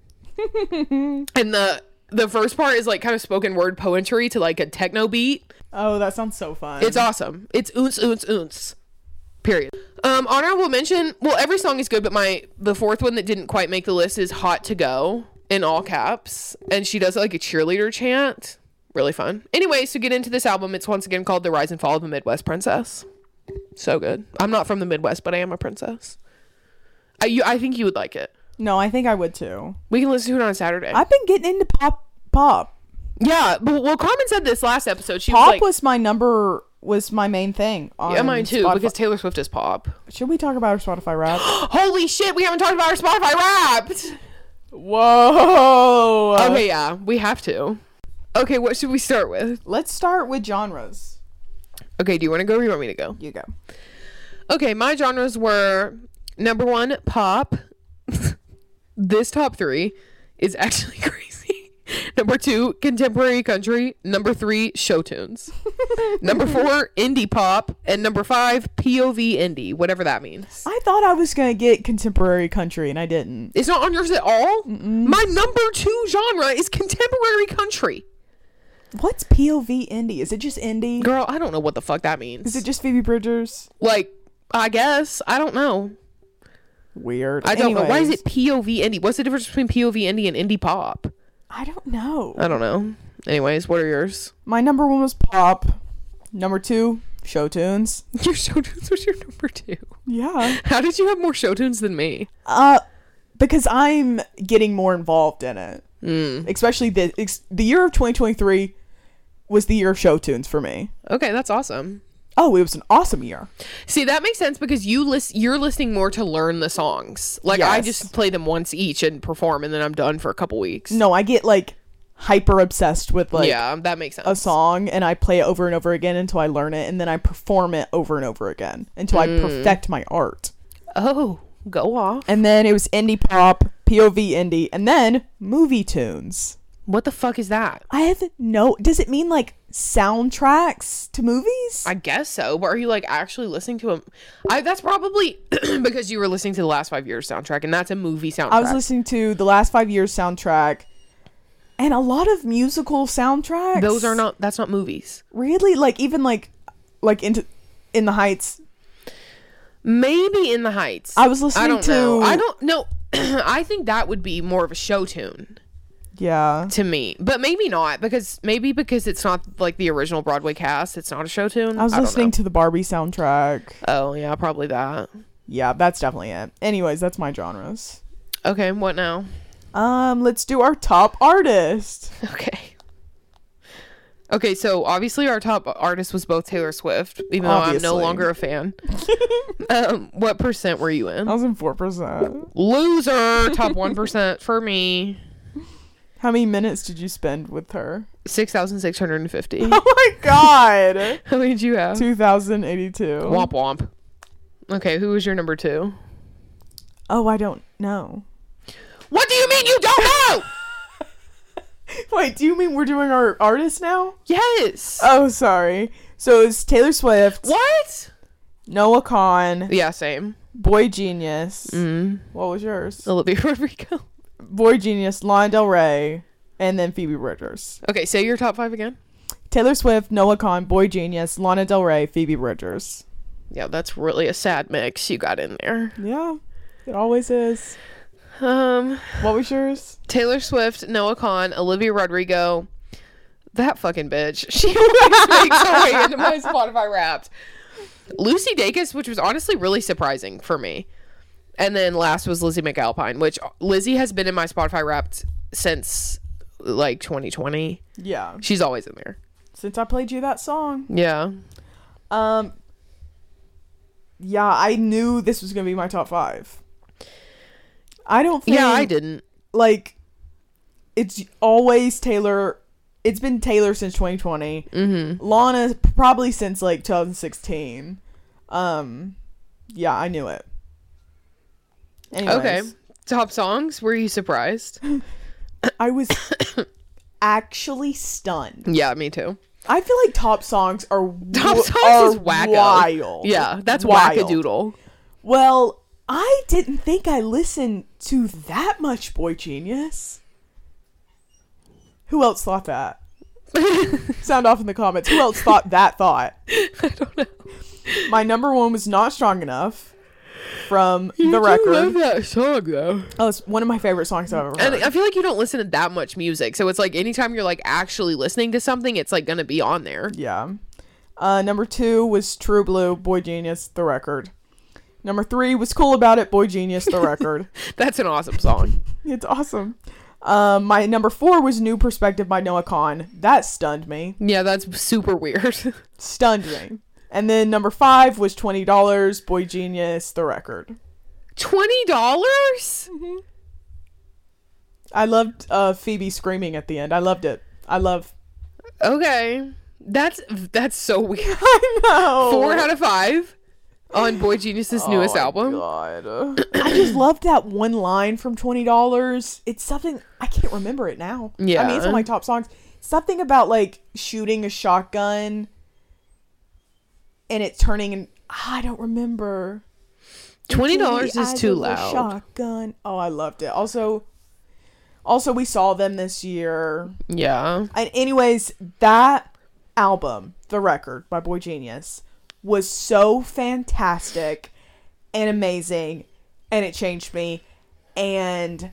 and the the first part is like kind of spoken word poetry to like a techno beat. Oh, that sounds so fun. It's awesome. It's oonce oonce oonce. Period. Um, honorable mention. Well, every song is good, but my the fourth one that didn't quite make the list is "Hot to Go" in all caps, and she does like a cheerleader chant. Really fun. Anyway, so get into this album. It's once again called "The Rise and Fall of a Midwest Princess." So good. I'm not from the Midwest, but I am a princess. I you, I think you would like it. no, I think I would too. We can listen to it on Saturday. I've been getting into pop. Pop. yeah, but well, Carmen said this last episode. She Pop was like, was my number. Was my main thing. On yeah, mine too, Spotify. because Taylor Swift is pop. should we talk about our Spotify rap? Holy shit, we haven't talked about our Spotify Wrapped. Whoa. Okay, yeah, we have to. Okay, what should we start with? Let's start with genres. Okay, do you want to go or you want me to go? You go. Okay, my genres were number one, pop. this top three is actually crazy. Number two, contemporary country. Number three, show tunes. number four, indie pop. And number five, POV indie, whatever that means. I thought I was gonna get contemporary country, and I didn't. It's not on yours at all. My number two genre is contemporary country. What's POV indie? Is it just indie? Girl, I don't know what the fuck that means. Is it just Phoebe Bridgers? like I guess I don't know. Weird. I don't know. Why is Anyways, it POV indie? What's the difference between POV indie and indie pop? I don't know. I don't know. Anyways, what are yours? My number one was pop. Number two, show tunes. Your show tunes was your number two. Yeah. How did you have more show tunes than me? Uh, because I'm getting more involved in it. Especially the ex- the year of 2023 was the year of show tunes for me. Okay, that's awesome. Oh, it was an awesome year. See, that makes sense because you list you're listening more to learn the songs. Like I Yes. just play them once each and perform, and then I'm done for a couple weeks. No, I get like hyper obsessed with like yeah, that makes sense. a song and I play it over and over again until I learn it and then I perform it over and over again until I perfect my art. Oh, go off. And then it was indie pop, POV indie, and then movie tunes. What the fuck is that? I have no. Does it mean like soundtracks to movies? I guess so, but are you like actually listening to a? I that's probably because you were listening to the last five years soundtrack, and that's a movie soundtrack. I was listening to the last five years soundtrack, and a lot of musical soundtracks. Those are not. That's not movies. really like even like like into in the heights. Maybe in the Heights. I was listening I don't to. know. I don't know. I think that would be more of a show tune Yeah. to me, but maybe not because maybe because it's not like the original Broadway cast. It's not a show tune. I was don't listening know. to the Barbie soundtrack. Oh yeah, probably that. Yeah, that's definitely it. Anyways, that's my genres. Okay, what now? Um, let's do our top artist. Okay. Okay, so obviously our top artist was both Taylor Swift, even though I'm Obviously. no longer a fan. um, what percent were you I in? was in four percent. Loser, top one percent for me. How many minutes did you spend with her? Six thousand six hundred and fifty. Oh my god. How many did you have? 2082. Womp womp. Okay, who was your number two? Oh, I don't know. What do you mean you don't know? Wait, do you mean we're doing our artist now? yes. Oh, sorry. So it's Taylor Swift, what? Noah Kahn, Yeah, same. Boy Genius. Mm. Mm-hmm. What was yours? Olivia Rodrigo. Boy Genius, Lana Del Rey, and then Phoebe Bridgers. Okay, say your top five again. Taylor Swift, Noah Kahn, Boy Genius, Lana Del Rey, Phoebe Bridgers. Yeah, that's really a sad mix you got in there. Yeah, it always is. Um, What was yours? Taylor Swift, Noah Kahn, Olivia Rodrigo. That fucking bitch. She always makes her way into my Spotify Wrapped. Lucy Dacus, which was honestly really surprising for me. And then last was Lizzie McAlpine, which Lizzie has been in my Spotify Wrapped since like 2020. Yeah. She's always in there. Since I played you that song. Yeah. Um Yeah, I knew this was going to be my top 5. I don't think Yeah, I didn't. like it's always Taylor. It's been Taylor since 2020. Mm-hmm. Lana probably since like 2016. Um, yeah, I knew it. Okay. Anyways, Top songs? Were you surprised? I was actually stunned. Yeah, me too. I feel like top songs are Top wi- songs are is wacko. uh, Wild. Yeah, that's Wild. wackadoodle. Well, I didn't think I listened to that much Boy Genius. Who else thought that? Sound off in the comments. Who else thought that thought? I don't know. My number one was not strong enough from the I love record. that song though. Oh, it's one of my favorite songs I've ever And heard. I feel like you don't listen to that much music, so it's like anytime you're like actually listening to something, it's like gonna be on there. Yeah. Uh, number two was True Blue, Boy Genius, the record. Number three was Cool About It, Boy Genius, the record. That's an awesome song. It's awesome. Um, my number four was New Perspective by Noah Kahn. That stunned me. yeah, that's super weird. Stunned me. And then number five was twenty dollars. Boy Genius, the record. Twenty dollars? I loved uh, Phoebe screaming at the end. I loved it. I love. Okay, that's that's so weird. I know. Four out of five on Boy Genius's newest Oh my album. God. I just love that one line from Twenty Dollars. It's something I can't remember it now. I mean, it's Yeah. one of my top songs. Something about like shooting a shotgun, and it turning and I don't remember. Twenty Through the dollars is eyes too of a loud. Shotgun. Oh, I loved it. Also, also we saw them this year. Yeah, And anyways, that album, The Record by Boy Genius, was so fantastic and amazing and it changed me and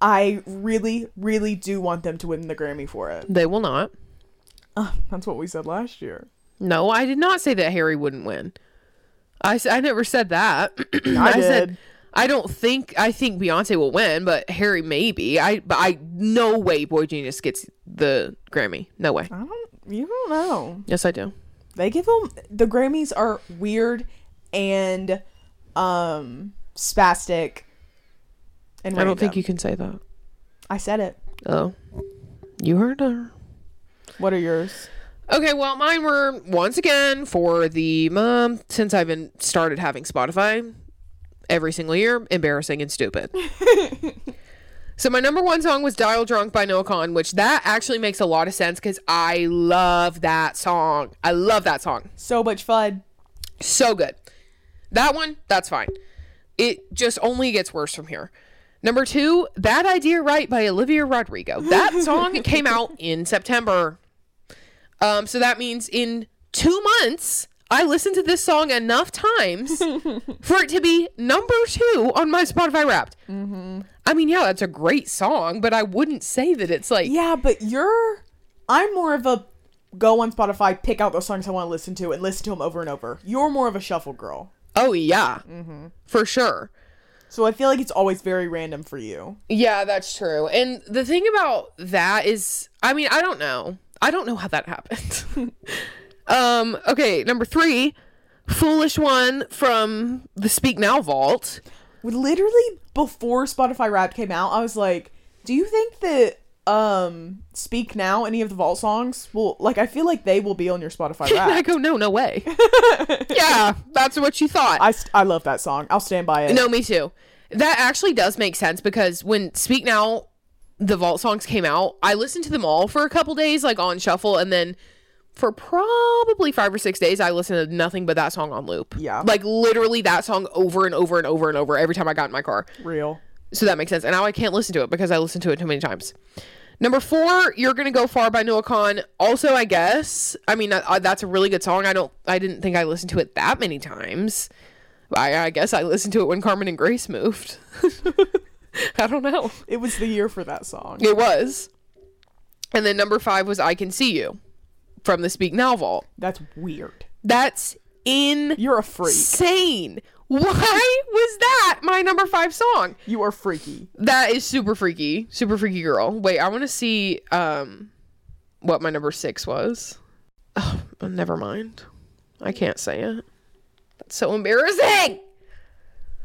I really really do want them to win the Grammy for it. Ah, they will not. That's what we said last year. No, I did not say that Harry wouldn't win. I, s- I never said that. I, did. said I don't think I think Beyonce will win, but Harry maybe. I but I no way Boy Genius gets the Grammy. No way. I don't you don't know. Yes, I do. They give them the Grammys are weird and um spastic and I don't think you can say that. I said it. Oh, you heard her. What are yours? Okay, well, mine were once again for the month since I've been started having Spotify every single year. Embarrassing and stupid. so my number one song was "Dial Drunk" by Noah Kahan, which that actually makes a lot of sense because I love that song. I love that song. So much fun. So good. That one, that's fine. It just only gets worse from here. Number two, Bad Idea Right by Olivia Rodrigo. That song came out in September. Um, so that means in two months, I listened to this song enough times for it to be number two on my Spotify Wrapped. I mean, yeah, that's a great song, but I wouldn't say that it's like Yeah, but you're. I'm more of a go on Spotify, pick out those songs I want to listen to, and listen to them over and over. You're more of a shuffle girl. oh yeah, for sure. So I feel like it's always very random for you. Yeah, that's true. And the thing about that is, I mean, I don't know. I don't know how that happened. um, okay, number three, Foolish One from the Speak Now Vault. Literally before Spotify Wrapped came out, I was like, do you think that um Speak Now, any of the Vault songs, will. Like, I feel like they will be on your Spotify And I Wrapped. go, no, no way. yeah, that's what you thought. I, st- I love that song. I'll stand by it. no, me too. That actually does make sense because when Speak Now, the Vault songs came out, I listened to them all for a couple days, like on shuffle, and then for probably five or six days, I listened to nothing but that song on loop. Yeah. Like literally that song over and over and over and over every time I got in my car. Real. So that makes sense. And now I can't listen to it because I listened to it too many times. Number four, You're Gonna Go Far by Noah Khan. Also, I guess, I mean, I, I- that's a really good song. I don't, I didn't think I listened to it that many times. I, I guess I listened to it when Carmen and Grace moved. I don't know. It was the year for that song. It was. And then number five was I Can See You from the Speak Now Vault. That's weird. That's insane. You're a freak. Why was that my number five song? You are freaky. That is super freaky. Super freaky girl. Wait, I want to see um what my number 6 was. Oh, never mind. I can't say it. That's so embarrassing.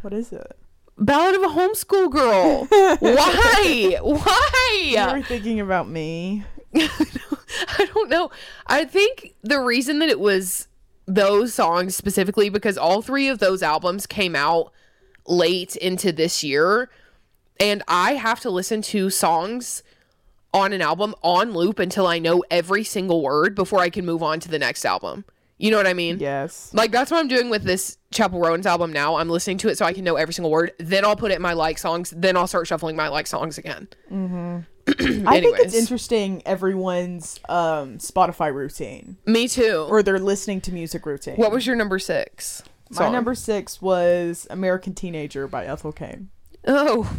What is it? Ballad of a Homeschool Girl. Why? Why? You were thinking about me. I don't know. I think the reason that it was those songs specifically because all three of those albums came out late into this year and I have to listen to songs on an album on loop until I know every single word before I can move on to the next album. You know what I mean? Yes. Like that's what I'm doing with this Chapel Rowan's album now. I'm listening to it so I can know every single word. Then I'll put it in my like songs. Then I'll start shuffling my like songs again. Mm-hmm. I think it's Anyways, interesting everyone's um, Spotify routine me too. or their listening to music routine. what was your number six? My song? number six was American Teenager by Ethel Cain. Oh,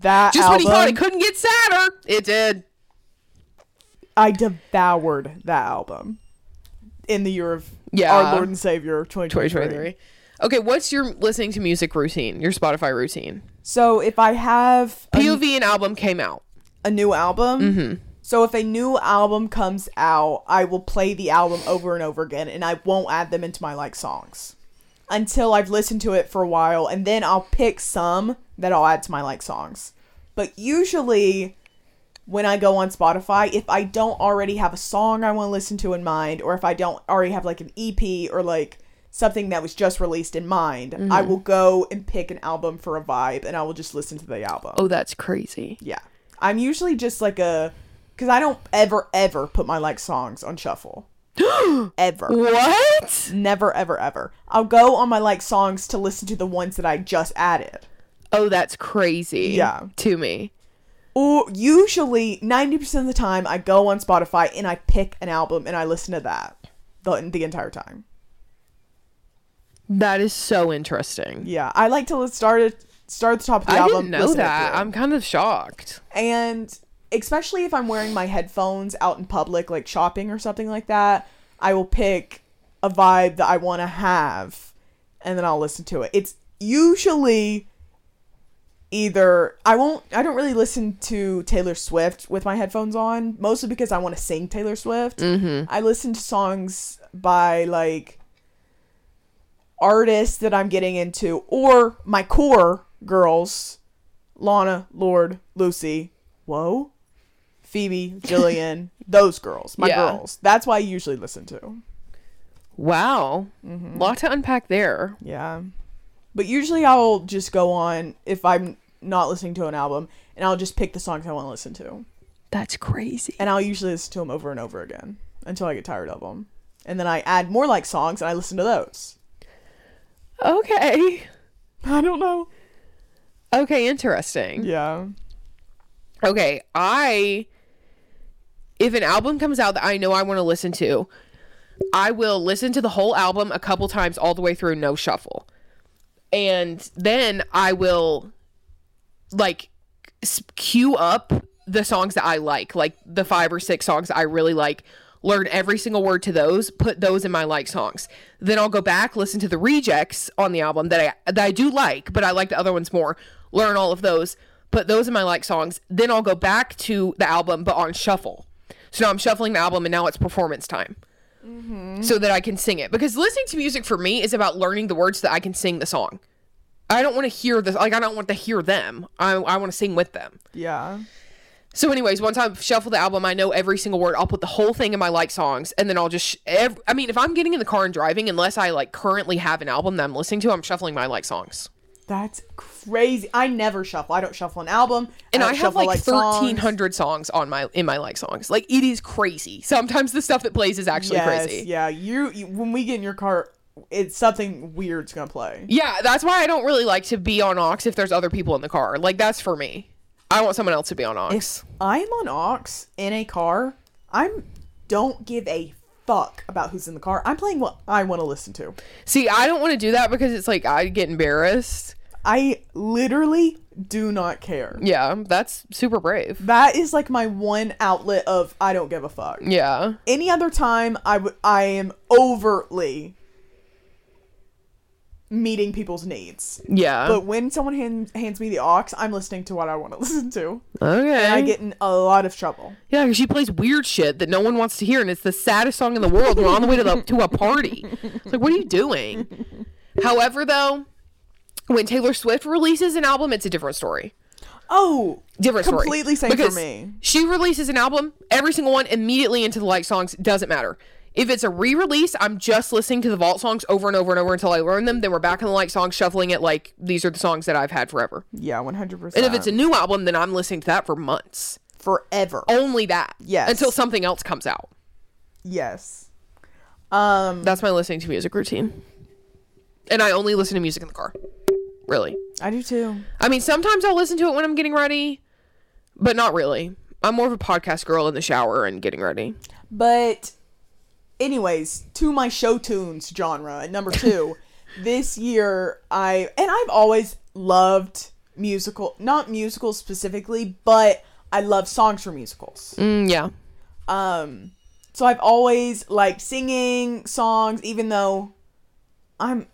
That just when album, you thought it couldn't get sadder, it did. I devoured that album in the year of Yeah. our Lord and Savior 2023. 2023. Okay, what's your listening to music routine? Your Spotify routine? So if I have a, POV and album came out. a new album, so if a new album comes out, I will play the album over and over again, and I won't add them into my like songs until I've listened to it for a while, and then I'll pick some that I'll add to my like songs. But usually, when I go on Spotify, if I don't already have a song I want to listen to in mind, or if I don't already have like an EP or like something that was just released in mind, I will go and pick an album for a vibe, and I will just listen to the album. Oh, that's crazy. Yeah. I'm usually just like a cuz I don't ever ever put my like songs on shuffle. ever. What? Never ever ever. I'll go on my like songs to listen to the ones that I just added. Oh, that's crazy. Yeah. To me. Or usually 90% of the time I go on Spotify and I pick an album and I listen to that the, the entire time. That is so interesting. Yeah, I like to start at start at the top of the I album. didn't know listen it that. through. I'm kind of shocked. and especially if I'm wearing my headphones out in public, like shopping or something like that, I will pick a vibe that I want to have, and then I'll listen to it. It's usually either I won't. I don't really listen to Taylor Swift with my headphones on, mostly because I want to sing Taylor Swift. Mm-hmm. I listen to songs by like artists that I'm getting into or my core girls Lana, Lord, Lucy, whoa, Phoebe, Jillian, those girls, my Yeah. girls. That's why I usually listen to. Wow. Lot to unpack there. Yeah. But usually I'll just go on if I'm not listening to an album and I'll just pick the songs I want to listen to. That's crazy. And I'll usually listen to them over and over again until I get tired of them. And then I add more like songs and I listen to those. Okay. I don't know. Okay, interesting. Yeah. Okay, I if an album comes out that I know I want to listen to, I will listen to the whole album a couple times all the way through, no shuffle. And then I will like s- queue up the songs that I like, like the five or six songs I really like, learn every single word to those, put those in my like songs. Then I'll go back, listen to the rejects on the album that I that I do like, but I like the other ones more. Learn all of those, put those in my like songs. Then I'll go back to the album but on shuffle. So now I'm shuffling the album and now it's performance time. So that I can sing it. Because listening to music for me is about learning the words so that I can sing the song. I don't want to hear this. Like, I don't want to hear them. I, I want to sing with them. Yeah. So, anyways, once I shuffle the album, I know every single word. I'll put the whole thing in my like songs, and then I'll just. Sh- ev- I mean, if I'm getting in the car and driving, unless I like currently have an album that I'm listening to, I'm shuffling my like songs. That's crazy. I never shuffle. I don't shuffle an album. And I, don't have shuffle, like songs. thirteen hundred songs on my in my like songs. Like it is crazy. Sometimes the stuff that plays is actually Yes, crazy. Yeah, you, you when we get in your car, it's something weird's gonna play. Yeah, that's why I don't really like to be on aux if there's other people in the car. Like that's for me. I want someone else to be on aux. If I'm on aux in a car, I'm don't give a fuck about who's in the car. I'm playing what I want to listen to. See, I don't want to do that because it's like I get embarrassed. I literally do not care. Yeah, that's super brave. That is like my one outlet of I don't give a fuck. Yeah. Any other time I would I am overtly meeting people's needs. Yeah. But when someone hand, hands me the aux, I'm listening to what I want to listen to. okay. And I get in a lot of trouble. Yeah, 'cause she plays weird shit that no one wants to hear, and it's the saddest song in the world. We're on the way to the, to a party. It's like, what are you doing? However, though, when Taylor Swift releases an album, it's a different story. Oh, Different story. completely same Because for me. She releases an album, every single one immediately into the like songs doesn't matter. If it's a re-release, I'm just listening to the vault songs over and over and over until I learn them. Then we're back in the like songs, shuffling it like these are the songs that I've had forever. Yeah, one hundred percent. And if it's a new album, then I'm listening to that for months. forever, Only that. Yes. Until something else comes out. yes. Um, That's my listening to music routine. And I only listen to music in the car. Really. I do too. I mean, sometimes I'll listen to it when I'm getting ready, but not really. I'm more of a podcast girl in the shower and getting ready. But, anyways, to my show tunes genre at number two, this year I and I've always loved musical, not musicals specifically, but I love songs for musicals. Mm, yeah. Um, so I've always liked singing songs, even though I'm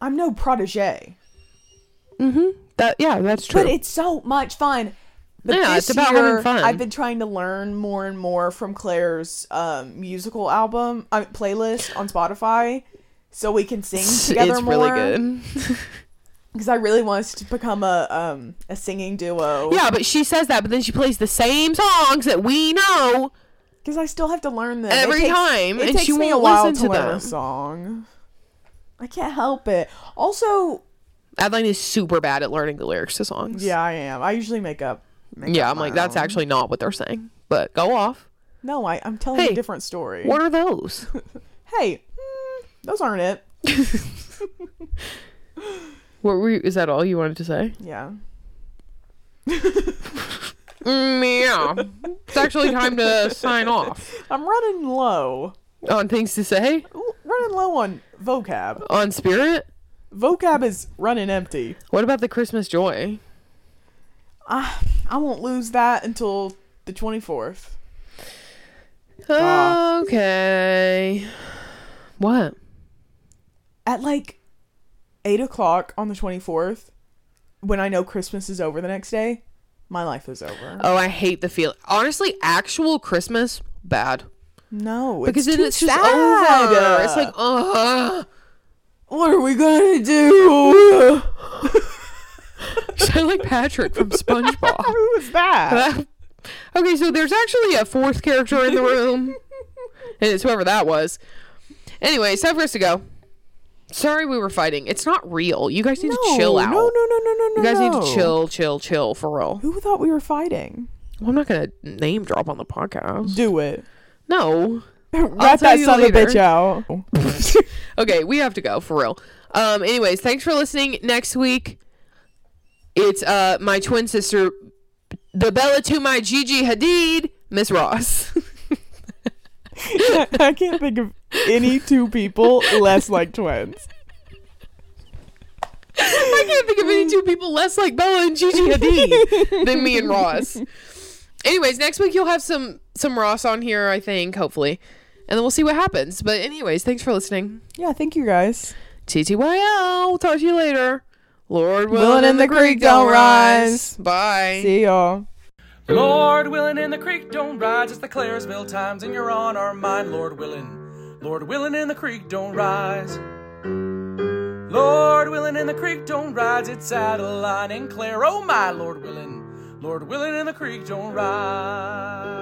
I'm no protege, That yeah, that's true. but it's so much fun. But Yeah, it's this about year, having fun. I've been trying to learn more and more from Claire's um, musical album uh, playlist on Spotify, so we can sing together it's more. really good. because I really want us to become a um, a singing duo. Yeah, but she says that, but then she plays the same songs that we know. because I still have to learn them It Every takes- time, It and takes she me a won't while listen to to learn them. a song. I can't help it. Also, Adeline is super bad at learning the lyrics to songs. yeah, I am. I usually make up. Make Yeah, up I'm my like, that's own. actually not what they're saying. But go off. no. I, I'm telling you Hey, a different story. What are those? hey, mm, those aren't it. what were you, is that all you wanted to say? Yeah. Mm, yeah. It's actually time to sign off I'm running low. on things to say Ooh, Running low on vocab. on spirit. Vocab is running empty. What about the Christmas joy? I, I won't lose that until the 24th. Ah. Okay. What? At like 8 o'clock on the 24th, when I know Christmas is over the next day, my life is over. Oh, I hate the feel. Honestly, actual Christmas bad no. because it's then too it's just sad. over. It's like, ugh. what are we gonna do? Sound like Patrick from SpongeBob. Who was that? okay, so there's actually a fourth character in the room, and it's whoever that was. Anyway, it's time for us to go. Sorry, we were fighting. It's not real. You guys need to chill out. No, no, no, no, no, no. You guys need no. to chill, chill, chill for real. Who thought we were fighting? Well, I'm not gonna name drop on the podcast. Do it. No. tell Rat that you son of a later. bitch out. Okay, we have to go for real. Um. Anyways, thanks for listening. Next week, it's uh my twin sister, the Bella to my Gigi Hadid, Miss Ross. I can't think of any two people less like twins. I can't think of any two people less like Bella and Gigi Hadid than me and Ross. Anyways, next week you'll have some some Ross on here, I think, hopefully, and then we'll see what happens. But anyways, thanks for listening. Yeah, thank you guys. TTYL. Talk to you later. Lord willing, Willing and the, creek don't rise. rise. Bye. See y'all. Lord willing, in the creek don't rise. It's the Claresville times, and you're on our mind. Lord willing, Lord willing, in the creek don't rise. Lord willing, in the creek don't rise. It's Adeline and Claire. Oh my, Lord willing, Lord willing, in the creek don't rise.